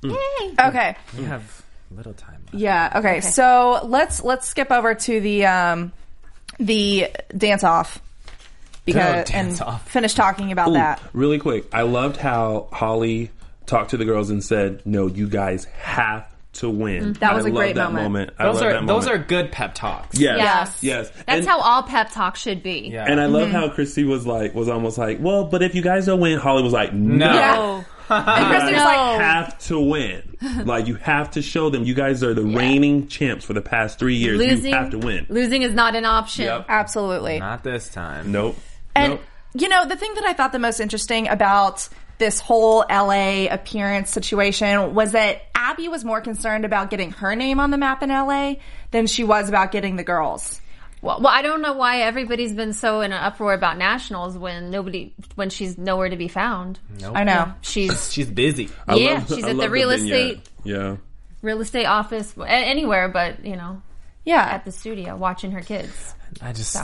C: Mm-hmm.
D: Yay.
E: Okay.
F: We
C: Mm.
F: have little time. left.
E: Yeah. Okay. So let's let's skip over to the um, the dance off because
F: dance
E: and
F: off.
E: finish talking about that.
C: Really quick, I loved how Holly talked to the girls and said, "No, you guys have to win."
E: Mm-hmm. That was
C: I
E: a great
C: love that
E: moment.
C: I
F: Those
C: love
F: are
C: that
F: those are
C: moment.
F: good pep talks.
C: yes,
D: Yes.
C: yes.
D: That's
C: And-
D: how all pep talk should be.
F: Yeah.
C: And I
D: Mm-hmm.
C: love how Christy was like, was almost like, well, but if you guys don't win, Holly was like, no.
F: No.
D: <laughs> Oh.
C: You guys
E: Christy's like-
C: have to win. Like, you have to show them you guys are the reigning champs for the past three years.
D: Losing,
C: you have to win.
D: losing is not an option.
C: Yep.
E: Absolutely.
F: Not this time.
C: Nope.
D: Uh,
E: And
C: nope.
E: you know, the thing that I thought the most interesting about this whole LA appearance situation was that Abby was more concerned about getting her name on the map in LA than she was about getting the girls.
D: Well, well, I don't know why everybody's been so in an uproar about nationals when nobody, when she's nowhere to be found.
E: I know.
D: She's
F: She's busy.
C: <laughs> I
D: yeah,
C: love-
D: she's
C: I
D: at the
C: love
D: real
C: vignette.
D: estate
C: Yeah.
D: real estate office a- anywhere, but you know,
E: Yeah.
D: at the studio watching her kids.
F: I just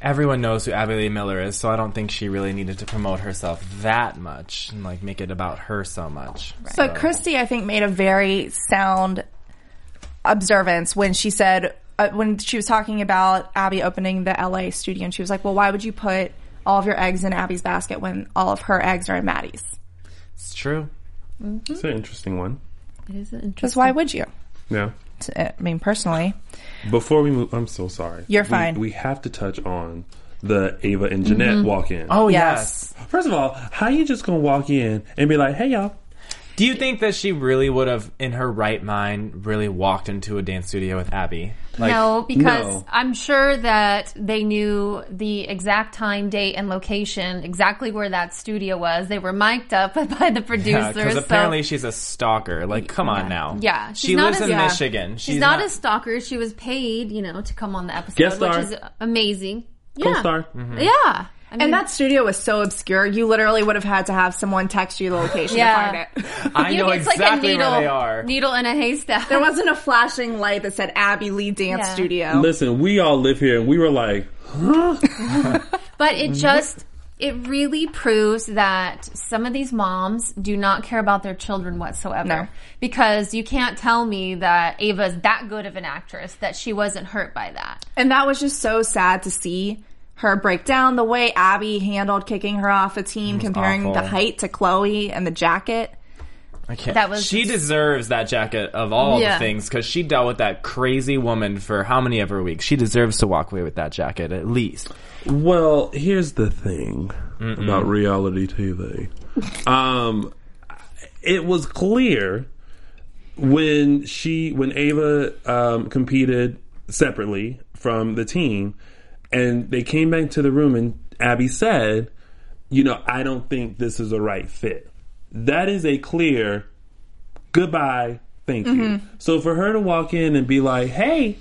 F: everyone knows who Abby Lee Miller is, so I don't think she really needed to promote herself that much and like make it about her so much.
E: But Christy, I think, made a very sound observance when she said, uh, when she was talking about Abby opening the LA studio, and she was like, well, why would you put all of your eggs in Abby's basket when all of her eggs are in Maddie's?
F: It's true.
C: It's an interesting one.
D: It is
E: Because
D: interesting.
E: why would you?
C: Yeah.
E: T- I mean, personally.
C: Before we move, I'm so sorry.
E: You're
C: We-
E: fine.
C: We have to touch on the Ava and Jeanette
D: Mm-hmm.
C: walk in.
F: Oh
E: Yes.
F: yes.
C: First of all, how you just gonna walk in and be like, "Hey y'all"?
F: Do you think that she really would have, in her right mind, really walked into a dance studio with Abby? Like,
D: no, because
C: no.
D: I'm sure that they knew the exact time, date, and location, exactly where that studio was. They were mic'd up <laughs> by the producers.
F: because
D: so-
F: apparently she's a stalker. Like, come on now.
D: Yeah, she's
F: she
D: not
F: lives
D: as-
F: in
D: yeah.
F: Michigan.
D: She's, not, a stalker. She was paid, you know, to come on the episode,
C: Guest
D: which
C: star.
D: is amazing. yeah.
C: Co-star.
F: Mm-hmm.
D: Yeah. I mean,
E: And that studio was so obscure, you literally would have had to have someone text you the location
D: Yeah.
E: to find
F: <laughs>
E: it.
F: <laughs>
E: <laughs>
F: I
D: you-
F: know
D: it's
F: exactly
D: like a needle,
F: where they are.
D: needle in a haystack.
E: There wasn't a flashing light that said Abby Lee Dance
D: Yeah.
E: Studio.
C: Listen, we all live here, and we were like,
D: But
F: Mm-hmm.
D: it just it really proves that some of these moms do not care about their children whatsoever.
E: No.
D: Because you can't tell me that Ava's that good of an actress that she wasn't hurt by that.
E: And that was just so sad to see her break down the way Abby handled kicking her off a team, comparing
F: awful.
E: the height to Chloe and the jacket.
F: I can't.
D: That was
F: she
D: just-
F: deserves that jacket of all
D: Yeah.
F: the things because she dealt with that crazy woman for how many of her weeks. She deserves to walk away with that jacket at least.
C: Well, here's the thing about reality TV. um, it was clear when she when Ava um, competed separately from the team, and they came back to the room, and Abby said, "You know, I don't think this is a right fit." That is a clear goodbye. Thank you. So for her to walk in and be like, "Hey,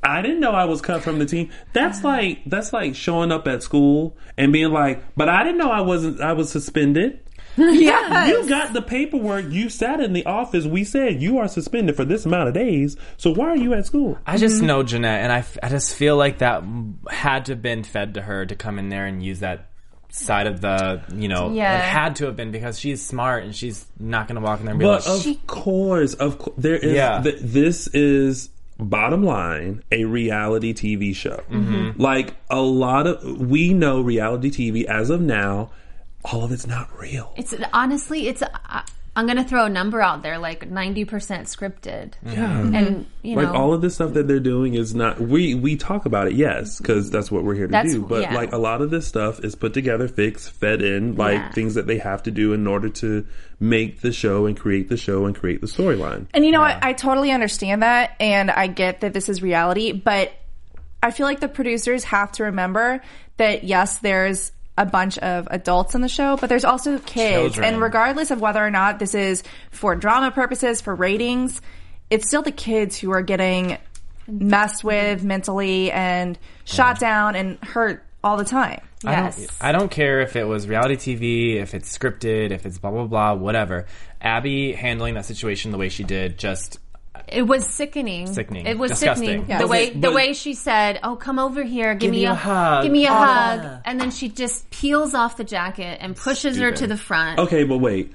C: I didn't know I was cut from the team. That's like that's like showing up at school and being like, "But I didn't know I wasn't. I was suspended."
E: Yes.
C: You got the paperwork. You sat in the office. We said you are suspended for this amount of days. So why are you at school?
F: I just know Jeanette, and I, f- I just feel like that m- had to have been fed to her to come in there and use that side of the, you know,
D: Yeah.
F: it had to have been because she's smart and she's not going to walk in there and be
C: But
F: like,
C: of course, of course, there is.
F: Yeah.
C: th- this is bottom line a reality TV show. Like a lot of we know reality TV as of now, all of it's not real.
D: It's honestly, it's I, I'm going to throw a number out there like 90% scripted. Yeah. And, you
C: like
D: know,
C: all of this stuff that they're doing is not we we talk about it yes because that's what we're here to
D: That's-
C: do but
D: yeah.
C: like a lot of this stuff is put together fixed fed in like
D: Yeah.
C: things that they have to do in order to make the show and create the show and create the storyline
E: And you know what? I totally understand that, and I get that this is reality, but I feel like the producers have to remember that yes, there's a bunch of adults in the show, but there's also kids.
F: Children.
E: And regardless of whether or not this is for drama purposes, for ratings, it's still the kids who are getting messed with mentally and shot down and hurt all the time.
D: Yes.
F: I don't, I don't care if it was reality TV, if it's scripted, if it's blah blah blah, whatever. Abby handling that situation the way she did, just
D: It was sickening.
F: Sickening.
D: It was
F: Disgusting.
D: sickening.
F: Yeah.
D: The
F: Was
D: way
F: it-
D: the
F: but-
D: way she said, "Oh, come over here, give, me
F: you
D: a,
F: a hug."
D: give me a
F: Ah.
D: hug," and then she just peels off the jacket and pushes her
F: Stupid.
D: to the front.
C: Okay, but wait.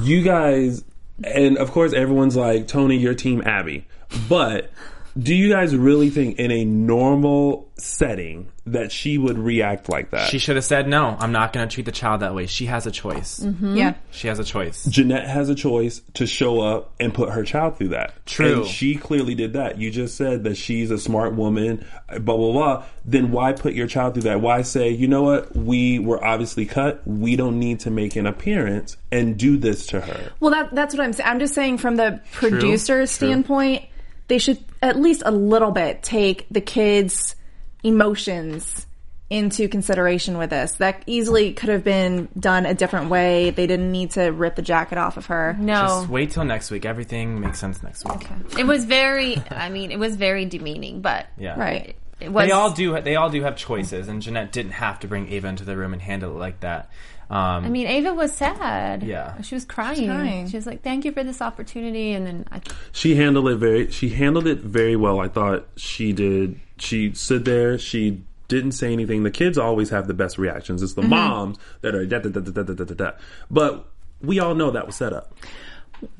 C: you guys, and of course, everyone's like, Tony, your team, Abby. But do you guys really think in a normal setting that she would react like that?
F: she should have said no. I'm not going to treat the child that way. She has a choice.
E: Yeah.
F: She has a choice.
C: Jeanette has a choice to show up and put her child through that.
F: True.
C: And she clearly did that. You just said that she's a smart woman, blah, blah, blah. Then why put your child through that? Why say, you know what? We were obviously cut. We don't need to make an appearance and do this to her.
E: Well, that, that's what I'm saying. I'm just saying from the producer's standpoint, they should at least a little bit take the kids' emotions into consideration with this. That easily could have been done a different way. They didn't need to rip the jacket off of her. <laughs>
D: No,
F: Just wait till next week. Everything makes sense next week.
D: it was very. I mean, it was very demeaning, but
F: Yeah.
E: Right.
D: it was.
F: They all do. They all do have choices, and Jeanette didn't have to bring Ava into the room and handle it like that. Um,
D: I mean, Ava was sad.
F: Yeah.
D: she was crying.
E: crying.
D: She was like, "Thank you for this opportunity," and then I,
C: she handled it very she handled it very well i thought she did she stood there she didn't say anything the kids always have the best reactions it's the moms that are da, da, da, da, da, da, da, da. but we all know that was set up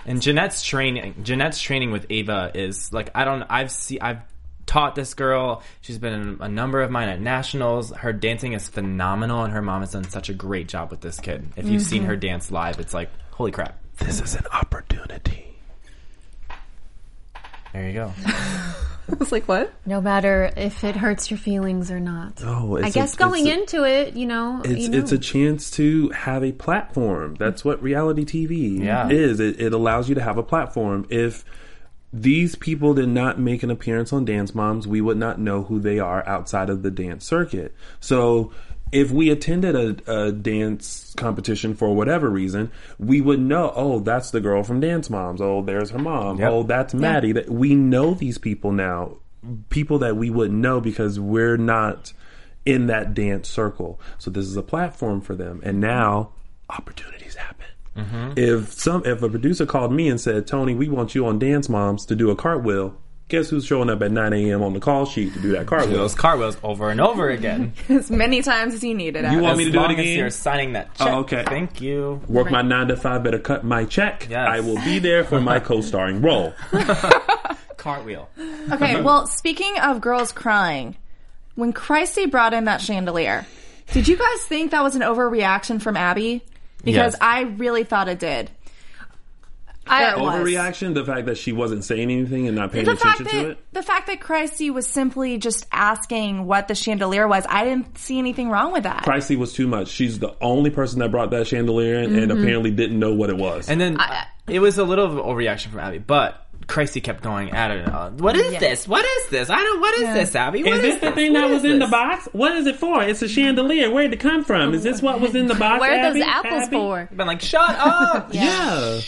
F: And Jeanette's training, Jeanette's training with Ava is like I don't. I've see. I've taught this girl. She's been in a number of mine at nationals. Her dancing is phenomenal, and her mom has done such a great job with this kid. If you've seen her dance live, it's like holy crap.
C: this is an opportunity
F: There you
C: <laughs>
F: go.
E: It's like, what? <laughs>
D: no matter if it hurts your feelings or not.
C: oh it's
D: I
C: a-
D: guess going
C: it's a-
D: into it, you know,
C: it's,
D: you know.
C: it's a chance to have a platform. That's what reality TV
F: Yeah.
C: is. It, it allows you to have a platform. If these people did not make an appearance on Dance Moms, we would not know who they are outside of the dance circuit. So if we attended a, a dance competition for whatever reason, we would know, oh, that's the girl from Dance Moms. Oh, there's her mom.
F: Yep.
C: Oh, that's Maddie. That we know these people now, people that we wouldn't know because we're not in that dance circle. So this is a platform for them, and now opportunities happen. If some, if a producer called me and said, "Tony, we want you on Dance Moms to do a cartwheel," guess who's showing up at 9 a.m. on the call sheet to do that cartwheel?
F: Those cartwheels over and over
C: <laughs>
F: again.
E: As many times as you needed it.
C: You want me to
F: as
C: do it
F: long as
C: again?
F: you're signing that
C: Oh,
F: check.
C: okay.
F: Thank you.
C: Work my nine to five, better cut my check.
F: Yes.
C: I will be there
F: <laughs>
C: for my co-starring role.
F: Cartwheel.
E: okay, well, speaking of girls crying, when Christy brought in that chandelier, did you guys think that was an overreaction from Abby? Because
F: Yes.
E: I really thought it did.
D: I,
E: It was.
C: Overreaction, the fact that she wasn't saying anything and not paying
E: the fact
C: attention
E: that
C: to it.
E: the fact that Christy was simply just asking what the chandelier was, I didn't see anything wrong with that.
C: Pricey was too much. She's the only person that brought that chandelier in
F: Mm-hmm.
C: and apparently didn't know what it was.
F: And then it was a little of an overreaction from Abby, but Christy kept going at it. Uh, what is this? What is this? I don't. What is this, Abby? What is What is this?
C: box? What is it for? It's a chandelier. Where'd it come from? Is this what was in the box?
D: where are those apples for?
F: Been like, shut
D: <laughs>
F: up.
C: Yeah.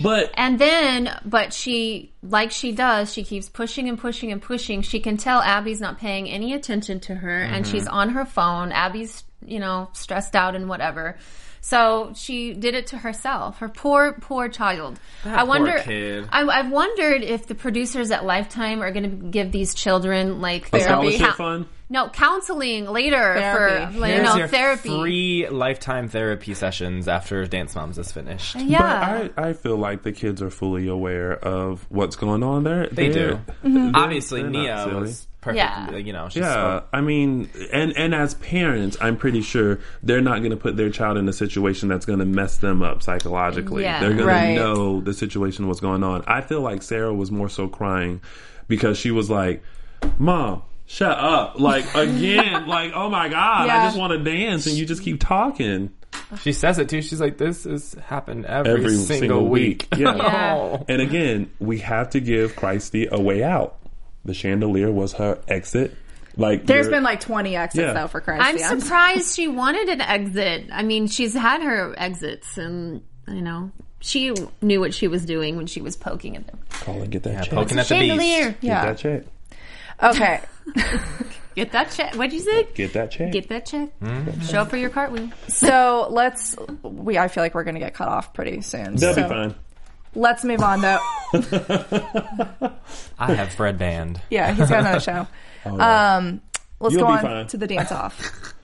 C: But
D: And then, but she, like she does, she keeps pushing and pushing and pushing. She can tell Abby's not paying any attention to her and she's on her phone. Abby's, you know, stressed out and whatever. So she did it to herself. Her poor, poor child. I wonder.
F: kid.
D: I, I've wondered if the producers at Lifetime are going to give these children like
C: a
D: therapy.
C: scholarship
D: Coun-
C: fund?
D: No, counseling later
E: Therapy.
D: for like, you
F: Here's
D: know,
F: your
D: therapy.
F: free lifetime therapy sessions after Dance Moms is finished.
D: yeah.
C: But I, I feel like the kids are fully aware of what's going on there.
F: They do. Obviously,
C: they're not
F: Nia
C: silly.
F: was perfect.
D: Yeah.
F: You know, she's
C: Yeah, I mean, and and as parents, I'm pretty sure they're not going to put their child in a situation that's going to mess them up psychologically.
D: Yeah.
C: They're going to
E: Right.
C: know the situation was going on. I feel like Sarah was more so crying because she was like, "Mom, shut up!" Like
E: <laughs>
C: again, like, "Oh my god,
E: Yeah.
C: I just want to dance," and you just keep talking
F: She says it too. She's like, "This has happened every,
C: every
F: single, week." <laughs>
E: <laughs>
C: Yeah.
D: Yeah.
C: And again, we have to give Christy a way out. The chandelier was her exit. Like
E: There's
C: you're-
E: been like 20 exits
C: Yeah.
E: though for
D: I'm
E: Christy.
D: surprised she wanted an exit. I mean, she's had her exits, and you know, she knew what she was doing when she was poking at them.
C: Call and get that check.
F: Poking at the beast.
D: Chandelier.
C: Get that check.
E: Okay.
D: Get that check. What'd you say?
C: Get that check.
D: Get that check. Show up for your cartwheel.
E: So let's. We I feel like we're gonna get cut off pretty soon.
C: That'll
E: so
C: be fine.
E: Let's move
C: <laughs>
E: on though.
F: I have Fred Band.
E: Yeah, he's got
C: <laughs>
E: another show.
C: yeah.
E: Um, let's
C: You'll
E: go
C: be
E: on
C: fine.
E: to the dance
C: <laughs>
E: off.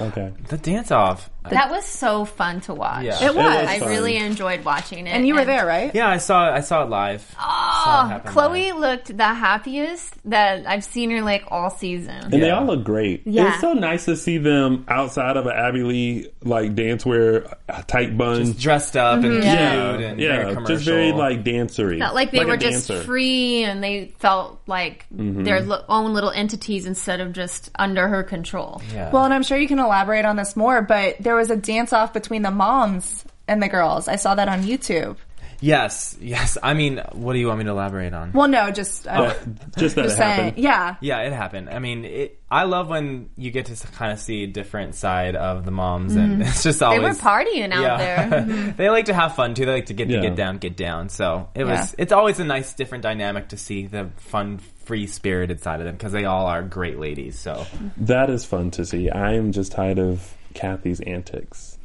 C: Okay.
F: The dance off.
D: That was so fun to watch.
F: Yeah.
E: It was.
D: I really enjoyed watching it.
E: and you were there, right?
F: Yeah, I saw. I saw it live. Saw it
D: Oh,
F: happen
D: Chloe
F: live.
D: looked the happiest that I've seen her like all season.
C: And they
F: Yeah.
C: all look great.
D: Yeah.
C: It's so nice to see them outside of an Abby Lee like dancewear uh, tight bun.
F: dressed up and
D: Mm-hmm.
F: cute
C: yeah,
F: and
C: yeah,
F: very commercial.
C: just very like dancery.
D: Felt like they
C: a
D: were just
C: dancer.
D: free and they felt like their lo- own little entities instead of just under her control.
F: Yeah.
E: Well, and I'm sure you can elaborate on this more, but there was a dance off between the moms and the girls. I saw that on YouTube.
F: yes, yes. I mean, what do you want me to elaborate on?
E: Well, no, just uh,
C: Just Oh, that it
E: just saying.
C: happened.
E: Yeah,
F: Yeah, it happened. I mean, it, I love when you get to kind of see a different side of the moms, and <laughs> it's just
D: Mm-hmm. They
F: always
D: were partying
F: <laughs>
D: out there. Mm-hmm.
F: they like to have fun too. They like to get
C: Yeah.
F: to get down, get down. So it was. It's always a nice, different dynamic to see the fun, free spirited side of them because they all are great ladies. So
C: That is fun to see. I am just tired of Kathy's antics.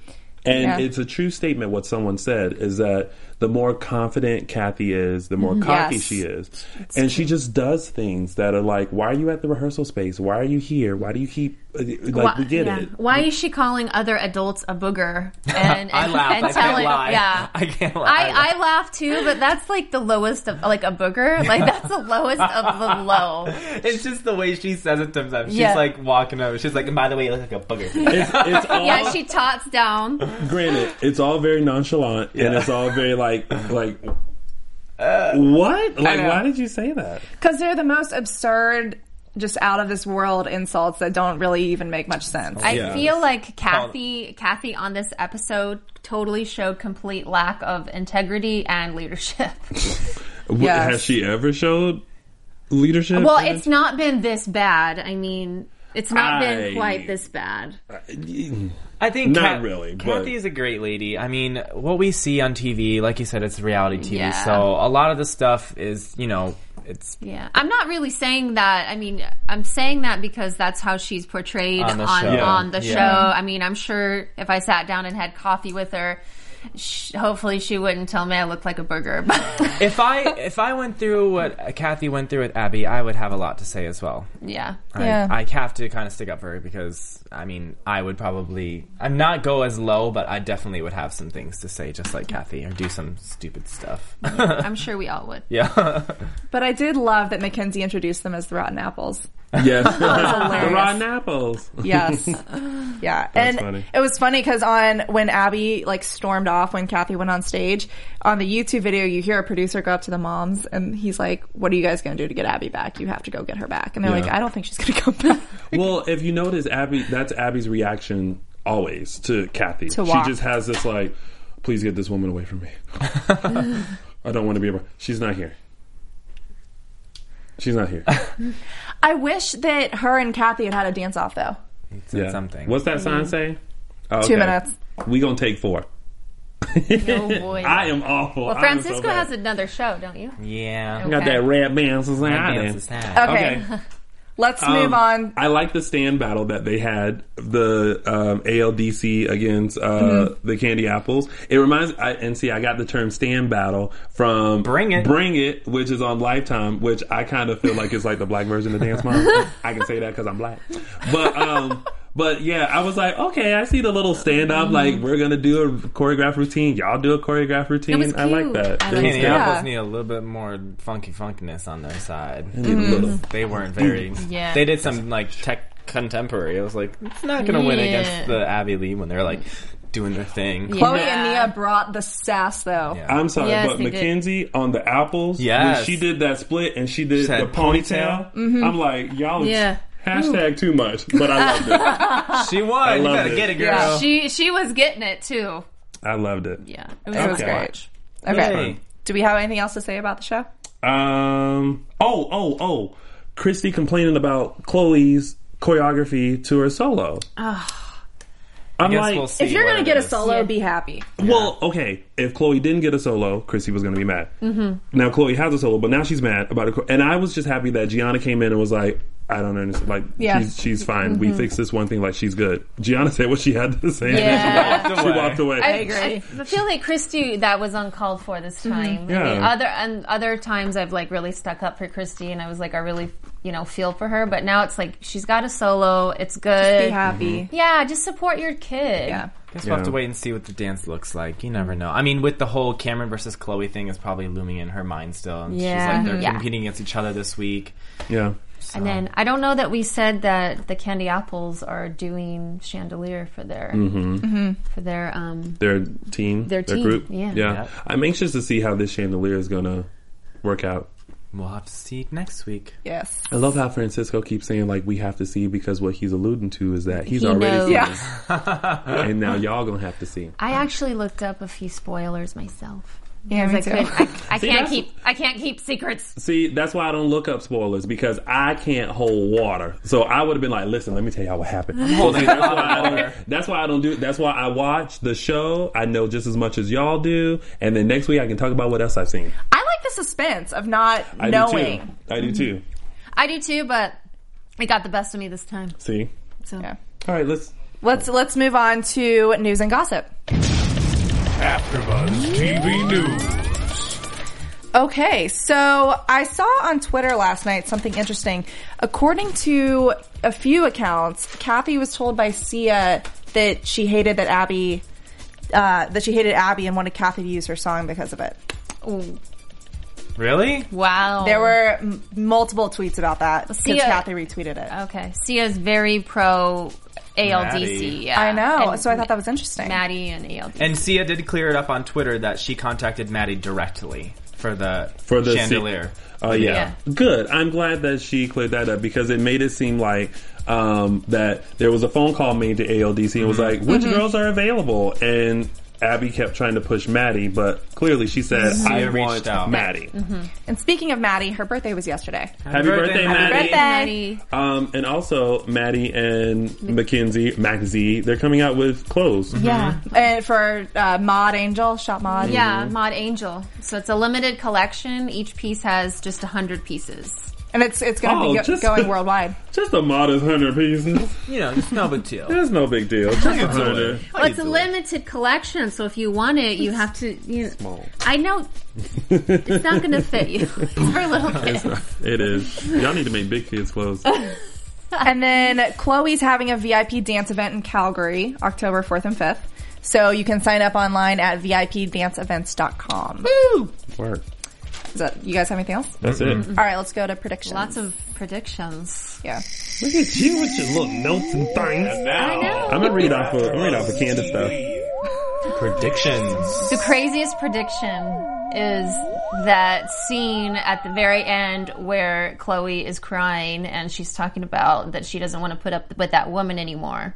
C: And
E: Yeah.
C: it's a true statement what someone said is that the more confident Kathy is, the
D: Mm-hmm.
C: more cocky
E: Yes.
C: she is. and she just does things that are like, why are you at the rehearsal space? Why are you here? Why do you keep uh, like
D: Why-
C: we get
D: yeah.
C: it.
D: Why is she calling other adults a
F: <laughs>
D: booger? And, and,
F: I laugh.
D: and
F: I can't
D: telling,
F: lie.
D: yeah,
F: <laughs> I can't lie. I
D: I,
F: laugh.
D: I laugh too, but that's like the lowest of like a booger. Like that's the lowest
F: <laughs>
D: of the low.
F: it's just the way she says it. Sometimes she's
D: Yeah.
F: like walking over. She's like, and by the way, you look like a booger.
C: It's, it's all
D: <laughs> Yeah, she tots down.
C: granted, it's all very nonchalant and it's all very like <laughs> like Uh, what? Like
E: know.
C: why did you say that?
E: because they're the most absurd, just out of this world insults that don't really even make much sense.
D: I
C: Yeah.
D: feel like Kathy, Kathy on this episode totally showed complete lack of integrity
F: <laughs>
D: and leadership.
C: W-
E: Yes.
C: Has she ever showed leadership?
D: Well,
C: in
D: it's not been this bad. I mean, it's not
C: I-
D: been quite this bad.
C: Uh,
F: I think
C: Not
F: Kat-
C: really, but-
F: Kathy is a great lady. I mean, what we see on TV, like you said, it's reality TV.
D: Yeah.
F: So a lot of the stuff is, you know, it's
D: Yeah, I'm not really saying that. I mean, I'm saying that because that's how she's portrayed
F: On
D: on
F: the
D: on,
F: show.
D: the
F: Yeah.
D: show. I mean, I'm sure if I sat down and had coffee with her, sh hopefully she wouldn't tell me I look like a burger. <laughs> But
F: if I if I went through what Kathy went through with Abby, I would have a lot to say as well.
D: yeah,
E: Yeah.
F: I, I have to kind of stick up for her because I mean I would probably I'm not go as low, but I definitely would have some things to say, just like Kathy, or do some stupid stuff. <laughs>
D: I'm sure we all would.
F: yeah,
E: But I did love that Mackenzie introduced them as the
C: <laughs>
E: Rotten Apples.
C: Yes. the
E: hilarious.
C: rotten apples.
E: Yes. yeah. and
C: funny.
E: it was funny because on when Abby like stormed off when Kathy went on stage, on the YouTube video you hear a producer go up to the moms and he's like, What are you guys gonna do to get Abby back? You have to go get her back. And they're like,
C: Yeah.
E: I don't think she's gonna come back.
C: Well, if you notice, Abby, that's Abby's reaction always to Kathy.
E: walk.
C: She just has this like, please get this woman away from me. I don't want to be. Around. She's not here. She's not here. <laughs>
E: I wish that her and Kathy had had a dance off though.
F: Said something.
C: What's that sign say? Oh,
E: Two
C: okay.
E: minutes.
C: We gonna take four. <laughs>
D: No boy.
C: I am awful.
D: well, Francisco has another show, don't you?
F: yeah. Oh,
C: got that red band
F: Dance
C: society.
F: is sad.
E: Okay. Let's move
C: Um,
E: on.
C: I like the stand battle that they had the um, ALDC against uh, the Candy Apples. It reminds I, and see I got the term stand battle from
F: Bring It.
C: Bring It, which is on Lifetime, which I kind of feel like it's like the black version of Dance Mom. I can say that because I'm black, but. um But yeah, I was like, okay, I see the little stand up. Like, we're gonna do a choreograph routine. Y'all do a choreograph routine.
D: was
C: I like
D: cute.
C: that.
D: I
C: It was
D: liked
F: Candy
D: it.
C: good.
F: apples need a little bit more funky funkiness on their side. They weren't very.
D: Yeah.
F: They did some like tech contemporary. I was like, it's not gonna win
D: Yeah.
F: against the Abby Lee when they're like doing their thing.
E: Chloe
D: Yeah.
E: and Nia brought the sass though.
C: I'm sorry,
D: Yes,
C: but
D: they did.
C: Mackenzie on the apples,
F: Yes.
C: when she did that split and she did
F: She had
C: the ponytail. I'm like, y'all, is
D: Mm-hmm. Yeah.
C: hashtag too much, but I loved it.
D: <laughs>
F: She won. You
C: loved
F: gotta
C: it.
F: get it, girl.
D: She she was getting it too.
C: I loved it.
D: Yeah, it was,
E: It was
C: Okay.
E: great. Okay.
F: Hey.
E: Do we have anything else to say about the show?
C: Um. Oh, oh, oh. Christy complaining about Chloe's choreography to her solo.
F: I
C: I'm
F: guess
C: like-
F: we'll
C: If
F: see
E: If you're
F: what
E: gonna
F: it
E: get a <laughs>
F: is.
E: solo, be happy.
C: Well, okay. If Chloe didn't get a solo, Chrissy was going to be mad. Mm-hmm. Now Chloe has a solo, but now she's mad about it. And I was just happy that Gianna came in and was like, "I don't understand. Like,
E: Yeah.
C: she's, she's fine. We
D: Mm-hmm.
C: fixed this one thing. Like, she's good." Gianna said what she had to say.
D: Yeah.
C: and then <laughs> she walked away. She walked away.
D: I, I feel like Christy that was uncalled for this
E: Mm-hmm.
D: time.
C: Yeah.
D: I mean, other and other times I've like really stuck up for Christy and I was like I really you know feel for her, but now it's like she's got a solo. It's good.
E: Be happy.
D: Yeah, just support your kid.
E: Yeah.
F: Guess we'll have to
C: Yeah.
F: wait and see what the dance looks like. You never know. I mean, with the whole Cameron versus Chloe thing is probably looming in her mind still. And
D: Yeah.
F: She's like, they're
D: Yeah.
F: competing against each other this week.
C: Yeah.
D: And then I don't know that we said that the Candy Apples are doing chandelier for their
C: Mm-hmm.
E: Mm-hmm.
D: for their um
C: Their team.
D: Their team,
C: group.
D: yeah.
F: Yeah.
C: I'm anxious to see how this chandelier is going to work out.
F: We'll have to see next week.
E: Yes.
C: I love how Francisco keeps saying like we have to see because what he's alluding to is that he's
D: He
C: already
D: knows.
C: seen
E: Yeah.
C: this. and now y'all gonna have to see.
D: I actually looked up a few spoilers myself.
E: Yeah, me
D: I,
E: too.
D: could, I,
C: <laughs>
D: I can't
C: that's-
D: keep I can't keep secrets.
C: See, that's why I don't look up spoilers because I can't hold water. So I would have been like, listen, let me tell y'all what happened. So see, that's, why I don't, that's why I don't do. That's why I watch the show. I know just as much as y'all do, and then next week I can talk about what else I've seen.
E: <laughs> I like the suspense of not
C: I
E: knowing.
C: do too. I do too.
D: I do too, but it got the best of me this time.
C: See.
D: So
E: Yeah.
C: All right, let's.
E: Let's let's move on to news and gossip.
B: AfterBuzz TV News.
E: Okay, so I saw on Twitter last night something interesting. According to a few accounts, Kathy was told by Sia that she hated that Abby, uh, that she hated Abby and wanted Kathy to use her song because of it.
F: Really?
D: wow,
E: There were m- multiple tweets about that because
D: Sia- uh,
E: Kathy retweeted it.
D: okay. Sia's very pro ALDC.
F: Maddie.
D: Yeah,
E: I know,
D: And
E: so I thought that was interesting.
D: Maddie and ALDC.
F: And Sia did clear it up on Twitter that she contacted Maddie directly for the
C: for the
F: chandelier.
C: Oh yeah. good. I'm glad that she cleared that up because it made it seem like um, that there was a phone call made to ALDC and was like, "Which girls are available?" and Abby kept trying to push Maddie, but clearly she said, Mm-hmm. "I
F: reached
C: want
F: out.
C: Maddie."
E: And speaking of Maddie, her birthday was yesterday.
C: Happy birthday, Maddie!
E: Happy
D: Maddie.
C: Um, and also Maddie and Mackenzie, Mackenzie, they're coming out with clothes.
E: Yeah, and for uh, Mod Angel, Shop Mod.
C: Mm.
D: Yeah, Mod Angel. So it's a limited collection. Each piece has just hundred pieces.
E: and it's it's going to
C: Oh,
E: be go-
C: just-
E: going worldwide.
C: Just a modest hundred pieces.
F: <laughs> You know, it's no big deal.
C: That's no big deal. Just a hundred.
D: Well, it's a limited collection, so if you want it, you have to. You
C: Small.
D: I know it's not going to fit you. <laughs> It's for little kids.
C: It is. Y'all need to make big kids <laughs> clothes.
E: And then Chloe's having a VIP dance event in Calgary, October 4th and 5th. So you can sign up online at VIPdanceevents.com.
C: Work.
E: Is that, you guys have anything else?
C: That's it.
E: All right, let's go to predictions.
D: Lots of predictions.
E: yeah.
C: Look at you with your little notes and things.
D: I know.
C: I'm gonna read off of I'm gonna read off of Candace stuff.
F: Predictions.
D: The craziest prediction is that scene at the very end where Chloe is crying and she's talking about that she doesn't want to put up with that woman anymore.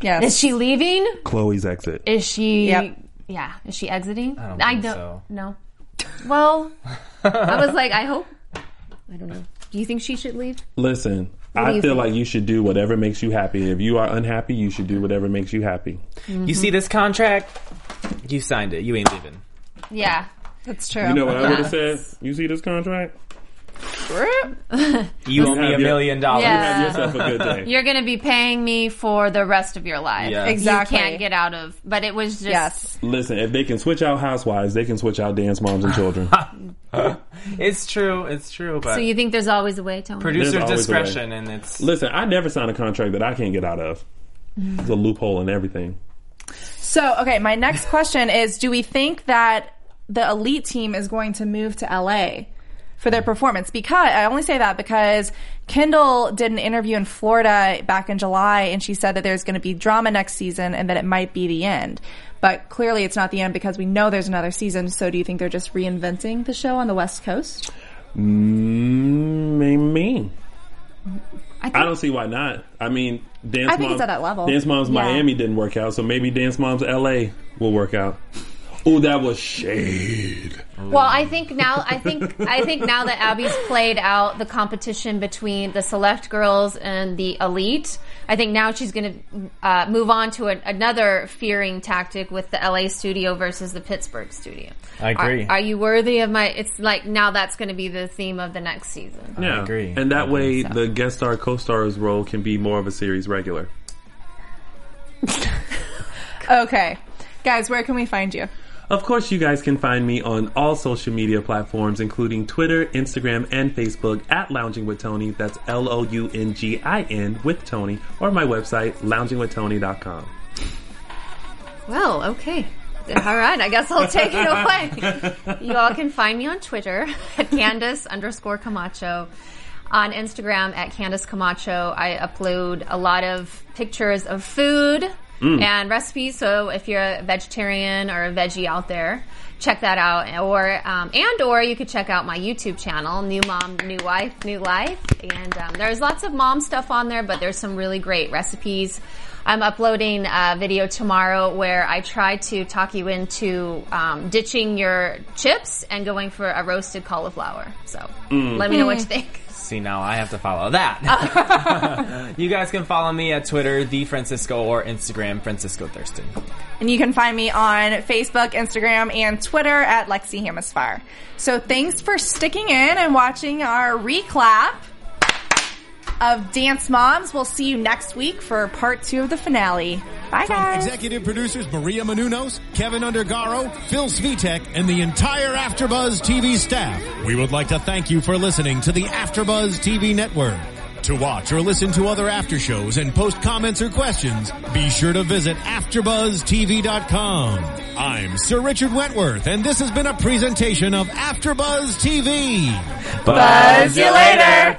E: Yes.
D: Is she leaving?
C: Chloe's exit.
D: Is she?
E: Yep.
D: Yeah. Is she exiting? I
F: don't think so. <laughs>
D: No. Well, I was like, I hope. I don't know. Do you think she should leave?
C: Listen,
D: do
C: I
D: you
C: feel
D: think?
C: like you should do whatever makes you happy. If you are unhappy, you should do whatever makes you happy.
F: You see this contract? You signed it. You ain't leaving.
D: Yeah.
E: That's true.
C: You know what I would have said? You see this contract?
F: You owe me
C: have
F: a
C: your-
F: million dollars.
D: Yeah.
C: Have yourself a good day.
D: You're going to be paying me for the rest of your life.
F: Yeah.
E: Exactly.
D: You can't get out of. But it was just.
E: Yes.
C: Listen, if they can switch out housewives, they can switch out dance moms and children.
F: It's true. It's true. But
D: So you think there's always a way, Tony?
F: producer
C: There's always a way.
F: discretion, and it's
C: Listen, I never sign a contract that I can't get out of. There's a loophole in everything.
E: So, okay, my next question is do we think that the elite team is going to move to LA for their performance? Because I only say that because Kendall did an interview in Florida back in July and she said that there's going to be drama next season and that it might be the end. But clearly it's not the end because we know there's another season. So do you think they're just reinventing the show on the West Coast?
C: Mm, Maybe.
D: I think
C: I don't see why not. I mean, Dance
E: I think
C: Moms,
E: it's at that level.
C: Dance Moms Miami didn't work out, so maybe Dance Moms LA will work out. Oh, that was shade.
D: Well, I think now I think I think now that Abby's played out the competition between the select girls and the elite, I think now she's going to uh, move on to an, another fearing tactic with the LA studio versus the Pittsburgh studio.
F: I agree.
D: Are, are you worthy of my? It's like now that's going to be the theme of the next season.
C: Yeah,
F: agree.
C: And
F: I
C: that way,
D: so.
C: the guest star co-star's role can be more of a series regular.
E: Okay. Guys, where can we find you?
C: Of course, you guys can find me on all social media platforms, including Twitter, Instagram, and Facebook at Lounging with Tony. That's L O U N G I N with Tony, or my website, loungingwithtony.com.
D: Well, okay. All right, I guess I'll take it away. You all can find me on Twitter <laughs> at Candace underscore Camacho, on Instagram at Candace Camacho. I upload a lot of pictures of food and recipes. So if you're a vegetarian or a veggie out there, check that out. Or um, and or you could check out my YouTube channel, New Mom, New Wife, New Life. And um, there's lots of mom stuff on there, but there's some really great recipes. I'm uploading a video tomorrow where I try to talk you into um, ditching your chips and going for a roasted cauliflower. So let me know what you think.
F: See, now I have to follow that.
D: Uh.
F: <laughs> you guys can follow me at Twitter, the Francisco, or Instagram, Francisco Thurston.
E: And you can find me on Facebook, Instagram, and Twitter at Lexi Hamasfire. So thanks for sticking in and watching our reclap of Dance Moms. We'll see you next week for part two of the finale. Bye
B: From
E: guys.
B: executive producers Maria Menounos, Kevin Undergaro, Phil Svitek, and the entire AfterBuzz TV staff. We would like to thank you for listening to the AfterBuzz TV network. To watch or listen to other after shows and post comments or questions, be sure to visit AfterBuzzTV.com. I'm Sir Richard Wentworth, and this has been a presentation of AfterBuzz TV.
E: Buzz you later.